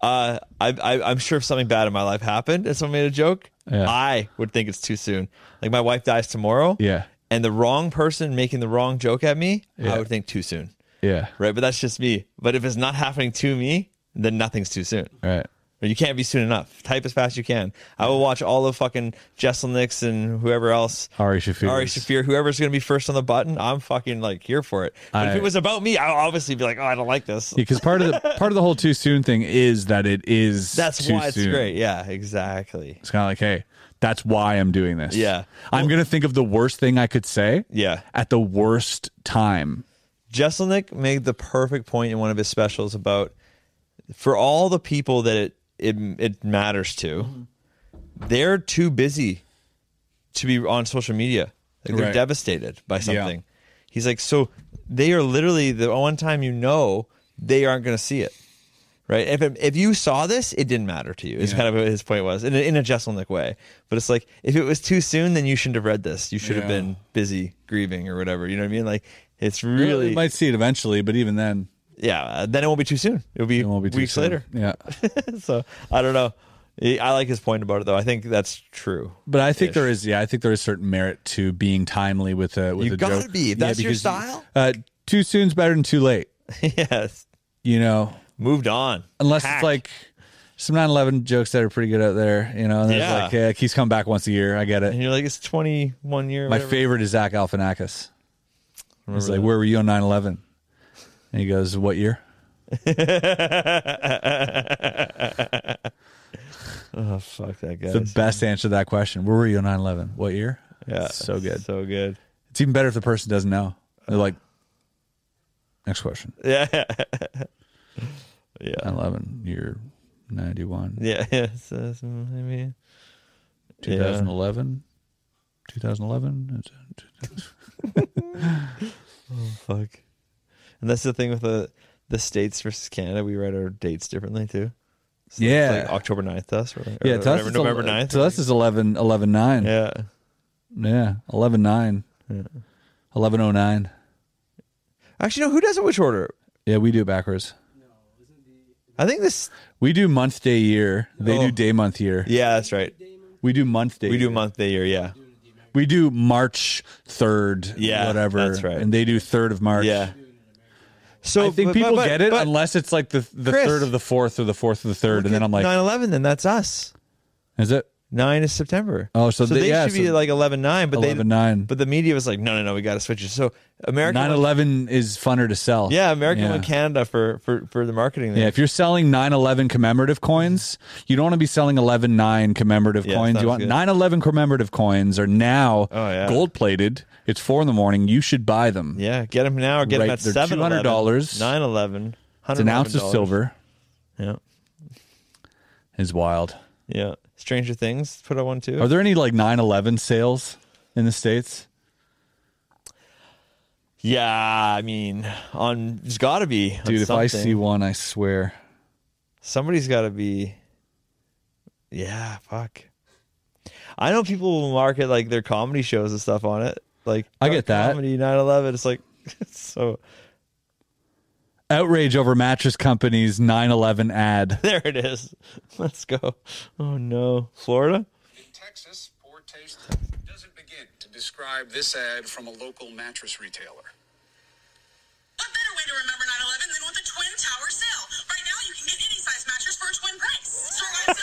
S2: uh, I, I, I'm sure if something bad in my life happened and someone made a joke,
S3: Yeah.
S2: I would think it's too soon. Like my wife dies tomorrow.
S3: Yeah.
S2: And the wrong person making the wrong joke at me,
S3: Yeah.
S2: I would think too soon.
S3: Yeah.
S2: Right. But that's just me. But if it's not happening to me, then nothing's too soon.
S3: Right.
S2: Or You can't be soon enough. Type as fast as you can. I will watch all of fucking Jesselniks and whoever else.
S3: Ari Shaffir.
S2: Ari Shafir, whoever's going to be first on the button, I'm fucking like here for it. But
S3: I-
S2: if it was about me, I'll obviously be like, oh, I don't like this.
S3: Because part of the part of the whole too soon thing is that it is
S2: That's
S3: too
S2: why it's
S3: soon.
S2: great. Yeah, exactly.
S3: It's kind of like, hey, that's why I'm doing this.
S2: Yeah.
S3: I'm going to think of the worst thing I could say
S2: Yeah.
S3: at the worst time.
S2: Jesselnick made the perfect point in one of his specials about for all the people that it it, it matters to,
S3: Mm-hmm.
S2: they're too busy to be on social media. Like they're
S3: Right.
S2: devastated by something. He's like, so they are literally the one time you know they aren't going to see it, right? If it- if you saw this, it didn't matter to you. Is kind of what his point was in a, in a Jesselnick way. But it's like if it was too soon, then you shouldn't have read this. You should have
S3: Yeah.
S2: been busy grieving or whatever. You know what I mean? Like it's really
S3: You might see it eventually, but even then,
S2: yeah, then it won't be too soon. It'll be,
S3: it won't be too
S2: weeks
S3: soon.
S2: later.
S3: Yeah.
S2: so I don't know. I like his point about it though. I think that's true.
S3: But I think there is, yeah, I think there is certain merit to being timely with a with
S2: You
S3: a
S2: gotta
S3: joke.
S2: be. If that's your
S3: because you-
S2: style.
S3: Uh, too soon's better than too late.
S2: yes.
S3: You know,
S2: Moved on.
S3: unless
S2: Hack.
S3: it's like some 9/11 jokes that are pretty good out there. You know, and there's
S2: Yeah.
S3: like, yeah, it keeps coming back once a year. I get
S2: and
S3: it.
S2: you're like it's 21 year.
S3: My
S2: whatever.
S3: favorite is Zach Galifianakis. He's like, where were you on 9/11? And he goes, what year?
S2: Oh fuck that guy.
S3: the best answer to that question. Where were you on 9 11? What year?
S2: Yeah.
S3: It's so good.
S2: So good.
S3: It's even better if the person doesn't know. They're like, next question.
S2: Yeah.
S3: 9 11, year 91,
S2: Yeah. yeah. So, that's- I mean,
S3: 2011, 2011.
S2: fuck. And that's the thing with the the states versus Canada. We write our dates differently too. So it's
S3: Yeah.
S2: like October 9th, to us. Or, or
S3: Yeah, to us,
S2: whatever,
S3: it's
S2: November
S3: el-
S2: 9th.
S3: To us, is 11, 11 9.
S2: yeah.
S3: Yeah, 11 9. 1109.
S2: Actually, no. Who does it? Which order?
S3: Yeah, we do it backwards.
S2: I think this.
S3: We do month, day, year. They
S2: Oh.
S3: do day, month, year.
S2: Yeah, that's right.
S3: We do month, day.
S2: We do
S3: year.
S2: month, day, year. Yeah,
S3: We do March third,
S2: Yeah,
S3: whatever.
S2: that's right.
S3: And they do third of March.
S2: yeah. So
S3: I think
S2: but-
S3: people
S2: but-
S3: get it
S2: but
S3: unless it's like the the
S2: Chris,
S3: third of the fourth or the fourth of the third, and then I'm like,
S2: 9/11. Then that's us.
S3: is it?
S2: Nine is September.
S3: Oh, so
S2: they,
S3: they- yeah,
S2: should be
S3: so-
S2: like 11/9, but
S3: 11/9.
S2: they but the media was like, no, no, no, we got to switch it. So American
S3: 9/11 is funner to sell.
S2: yeah, American
S3: yeah.
S2: with Canada for for for the marketing.
S3: Yeah,
S2: There.
S3: if you're selling 9/11 commemorative coins, you don't want to be selling 11/9 commemorative
S2: Yeah,
S3: coins.
S2: sounds
S3: You want
S2: good.
S3: 9/11 commemorative coins are now
S2: Oh, yeah.
S3: gold plated. It's four in the morning. You should buy them.
S2: yeah. get them now or get
S3: Right,
S2: them at
S3: they're
S2: seven
S3: $200.
S2: 9/11,
S3: it's an ounce of silver.
S2: Yeah,
S3: Is wild.
S2: yeah. Stranger Things put out one too.
S3: Are there any like 9/11 sales in the states?
S2: yeah, I mean, on there's got to be on
S3: Dude, if I
S2: something.
S3: see one, I swear.
S2: somebody's got to be Yeah, fuck. I know people will market like their comedy shows and stuff on it. Like
S3: I get that.
S2: comedy 9/11. It's like it's so.
S3: Outrage over mattress company's 9/11 ad.
S2: There it is. Let's go. Oh no, Florida.
S5: Texas, poor taste doesn't begin to describe this ad from a local mattress retailer.
S6: What better way to remember 9/11 than with a twin tower sale? Right now, you can get any size mattress for a twin price. Store-wide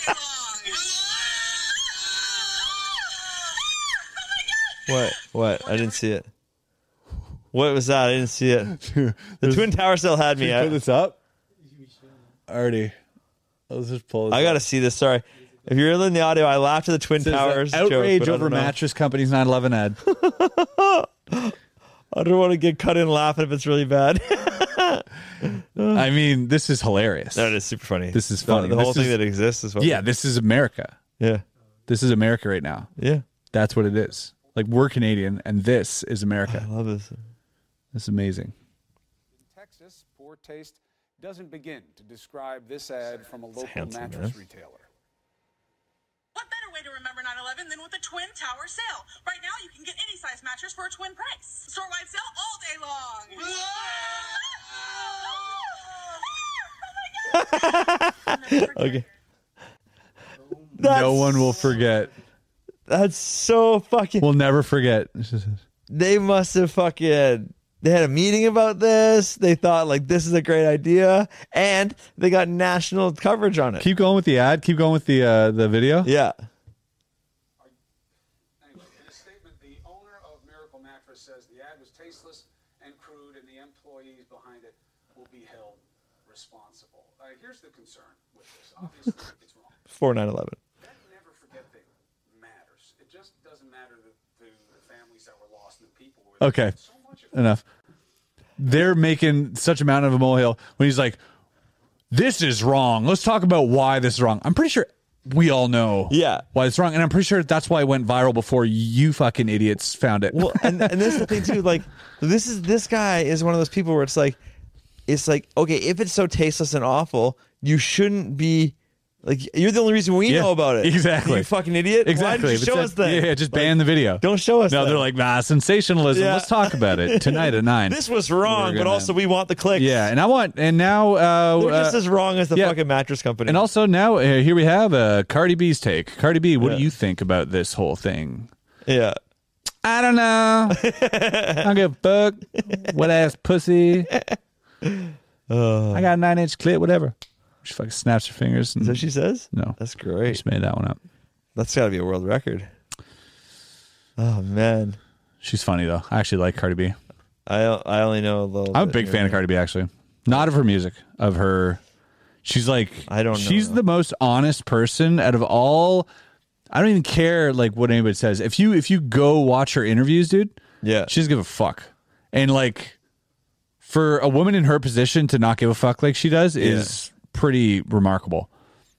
S6: sale all day long.
S2: What? What? I didn't see it. What was that? I didn't see it. The twin tower still had me. I,
S3: this up? Already. Let's just pull
S2: I gotta see this. Sorry. If you're in the audio, I laughed at the twin towers. joke,
S3: outrage
S2: but I
S3: over
S2: don't know.
S3: mattress company's 9/11 ad.
S2: I don't want to get cut in laughing if it's really bad.
S3: I mean, this is hilarious.
S2: that is super funny.
S3: This is
S2: The-
S3: funny.
S2: The, whole
S3: This
S2: thing
S3: is-
S2: that exists is funny.
S3: Yeah, this is America.
S2: Yeah.
S3: This is America right now.
S2: Yeah.
S3: That's what it is. Like we're Canadian, and this is
S2: I
S3: America.
S2: love this.
S3: This is amazing.
S5: Texas, poor taste doesn't begin to describe this ad from a local
S2: handsome,
S5: mattress
S2: man.
S5: retailer.
S6: What better way to remember 9/11 than with a twin tower sale? Right now, you can get any size mattress for a twin price. Store-wide sale all day long.
S2: Okay. That's,
S3: no one will forget.
S2: That's so fucking.
S3: We'll never forget.
S2: they must have fucking. They had a meeting about this. They thought like this is a great idea, and they got national coverage on it.
S3: Keep going with the ad. Keep going with the uh, the video.
S2: yeah.
S5: Anyway, in a statement, the owner of Miracle Mattress says the ad was tasteless and crude, and the employees behind it will be held responsible. Uh, here's the concern with this. Obviously, it's wrong.
S2: Before 9-11.
S5: That never forget thing matters. It just doesn't matter to, to the families that were lost and the people. Who were
S3: Okay.
S5: So much of
S3: Enough. They're making such a mountain of a molehill when he's like, "This is wrong." Let's talk about why this is wrong. I'm pretty sure we all know.
S2: Yeah.
S3: Why it's wrong, and I'm pretty sure that's why it went viral before you fucking idiots found it.
S2: Well, and and this is the thing too. Like this is this guy is one of those people where it's like, it's like okay, if it's so tasteless and awful, you shouldn't be. Like you're the only reason we
S3: Yeah,
S2: know about it.
S3: exactly.
S2: You fucking idiot.
S3: Exactly.
S2: Why
S3: If
S2: didn't you show
S3: it's
S2: us
S3: that-
S2: that?
S3: Yeah, yeah, just ban the video.
S2: Don't show us
S3: No,
S2: that.
S3: they're like, nah, sensationalism.
S2: Yeah.
S3: Let's talk about it tonight at nine.
S2: This was wrong,
S3: We're
S2: but
S3: gonna-
S2: also we want the clicks.
S3: Yeah, and I want, and now, uh,
S2: They're just
S3: uh,
S2: as wrong as the
S3: yeah.
S2: fucking mattress company.
S3: and also now, uh, here we have uh, Cardi B's take. Cardi B, what
S2: Yeah.
S3: do you think about this whole thing?
S2: yeah.
S3: I don't know. I don't give a fuck. Wet ass pussy. I got a nine inch clit, whatever. She fucking snaps her fingers. And,
S2: Uh. Is that what she says?
S3: No.
S2: That's
S3: I
S2: great.
S3: just made that one up.
S2: That's got to be a world record. Oh man,
S3: She's funny though. I actually like Cardi B.
S2: I I only know a little.
S3: I'm a
S2: bit
S3: big
S2: here
S3: fan
S2: and
S3: of Cardi B actually. Not of her music, of her. She's like
S2: I don't know.
S3: She's the most honest person out of all. I don't even care like what anybody says. If you if you go watch her interviews, dude,
S2: there. Yeah.
S3: she doesn't give a fuck. And like for a woman in her position to not give a fuck like she does is pretty remarkable.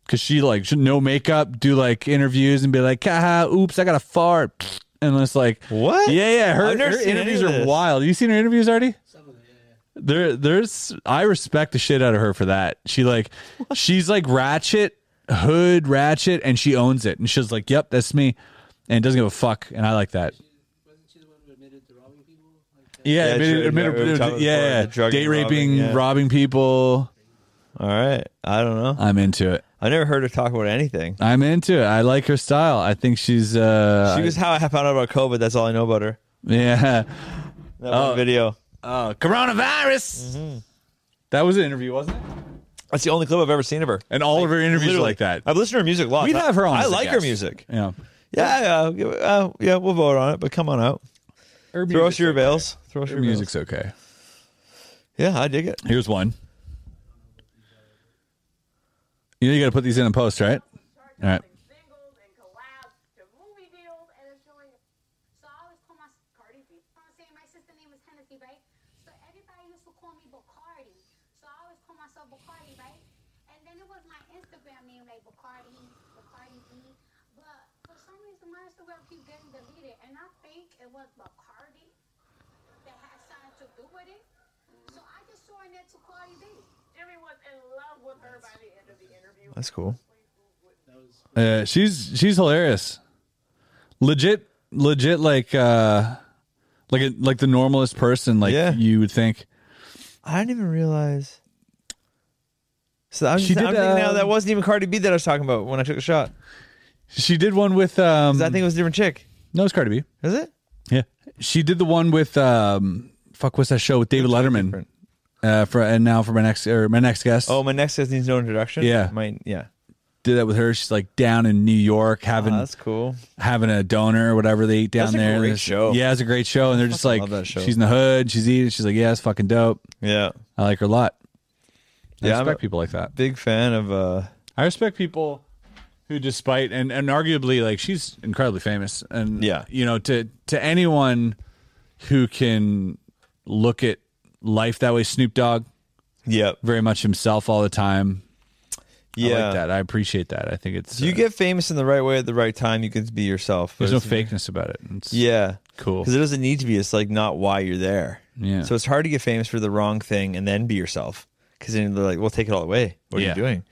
S3: Cause she like she- no makeup, do like interviews and be like, haha, oops, I got a fart. And it's like
S2: What?
S3: Yeah, yeah. Her,
S2: I've never
S3: her
S2: seen any
S3: interviews
S2: of
S3: are
S2: this.
S3: wild. You seen her interviews already? There, there's. I respect the shit out of her for that. She like, she's like ratchet, hood ratchet, and she owns it. And she's like, "Yep, that's me," and doesn't give a fuck. And I like that. Yeah,
S2: Yeah,
S3: admitted,
S2: true.
S3: admitted,
S2: Yeah, we were talking before,
S3: yeah,
S2: the drug
S3: date
S2: and robbing,
S3: raping,
S2: yeah.
S3: robbing people.
S2: All right. I don't know.
S3: I'm into it.
S2: I never heard her talk about anything.
S3: I'm into it. I like her style. I think she's. uh
S2: She was how I found out about COVID. That's all I know about her.
S3: Yeah.
S2: That one video. Uh,
S3: Oh, coronavirus. That was an interview, wasn't it?
S2: That's the only clip I've ever seen of her.
S3: And all of her interviews are
S2: Literally.
S3: like that.
S2: I've listened to her music a lot.
S3: We'd have her on.
S2: I
S3: as a
S2: like her
S3: guest.
S2: music.
S3: Yeah.
S2: Yeah, yeah, uh, yeah. We'll vote on it, but come on out.
S3: Her
S2: Throw
S3: music's
S2: us your
S3: okay.
S2: veils. Throw us
S3: Her
S2: your
S3: music's okay.
S2: Veils. Yeah, I dig it.
S3: Here's one. You know you got to put these in a post, right? All right.
S7: singles and collabs to movie deals and it's showing. So I always call my Cardi B. I'm saying my sister name is Hennessy, right? So everybody used to call me Bacardi. So I always call myself Bacardi, right? And then it was my Instagram name like Bacardi, Bacardi B. But for some reason my Instagram keep getting deleted, and I think it was Bacardi that had something to do with it. So I just joined it to Cardi B. Jimmy was in love with her by the end of the interview.
S2: That's cool.
S3: Yeah, Uh, she's she's hilarious. Legit, legit, like uh, like a, like the normalest person, like you would think.
S2: I didn't even realize. So I'm,
S3: She
S2: just,
S3: did,
S2: I'm thinking now
S3: um,
S2: that wasn't even Cardi B that I was talking about when I took a shot.
S3: She did one with. um
S2: I think it was a different chick.
S3: No, it's Cardi B.
S2: Is it?
S3: Yeah, she did the one with um, fuck. What's that show with David Letterman? Uh, for and now for my next or my next guest.
S2: Oh, my next guest needs no introduction.
S3: Yeah.
S2: my yeah.
S3: did that with her. She's like down in New York having
S2: Oh, that's cool.
S3: having a donor or whatever they eat down
S2: That's a
S3: there.
S2: great
S3: There's-
S2: show.
S3: Yeah, it's a great show. And they're just like
S2: love that show.
S3: she's in the hood, she's eating, she's like, Yeah, it's fucking dope.
S2: Yeah.
S3: I like her a lot. I
S2: Yeah, I'm
S3: respect
S2: a
S3: people like that.
S2: Big fan of uh
S3: I respect people who despite and, and arguably like she's incredibly famous and yeah. you know, to to anyone who can look at life that way, Snoop Dogg.
S2: Yeah.
S3: Very much himself all the time. I
S2: Yeah.
S3: like that. I appreciate that. I think it's uh,
S2: you get famous in the right way at the right time, you can be yourself.
S3: there's no
S2: It's-
S3: fakeness about it. It's
S2: Yeah.
S3: Cool.
S2: Because it doesn't need to be. It's like not why you're there.
S3: Yeah.
S2: So it's hard to get famous for the wrong thing and then be yourself. Because then they're like, well, take it all away. What
S3: Yeah.
S2: are you doing?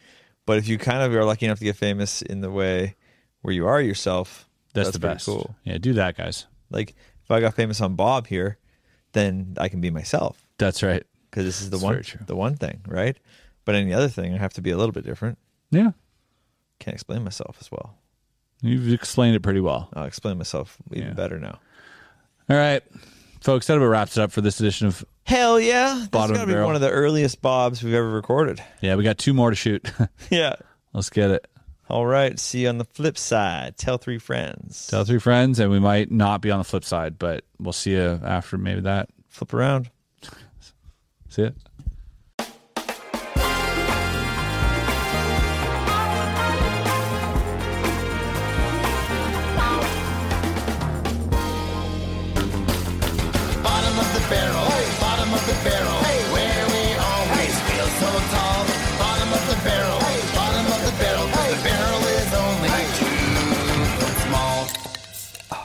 S2: But if you kind of are lucky enough to get famous in the way where you are yourself,
S3: That's
S2: that's,
S3: the
S2: pretty
S3: best.
S2: cool.
S3: Yeah, do that, guys.
S2: Like if I got famous on Bob here, then I can be myself.
S3: That's right.
S2: Because this is the
S3: That's
S2: one
S3: very true.
S2: the one thing, right? But any other thing, I have to be a little bit different.
S3: Yeah.
S2: Can't explain myself as well.
S3: You've explained it pretty well.
S2: I'll explain myself even better now.
S3: All right, folks, that about wraps it up for this edition of.
S2: Hell yeah! This
S3: Bottom
S2: has got to be
S3: barrel.
S2: one of the earliest Bobs we've ever recorded.
S3: Yeah, we got two more to shoot.
S2: yeah.
S3: Let's get it.
S2: All right. See you on the flip side. Tell three friends.
S3: Tell three friends, and we might not be on the flip side, but we'll see you after maybe that.
S2: Flip around.
S3: See it.
S1: Bottom of the barrel, bottom of the barrel, where we always feel so tall. Bottom of the barrel, bottom of the barrel, 'cause the barrel is only small.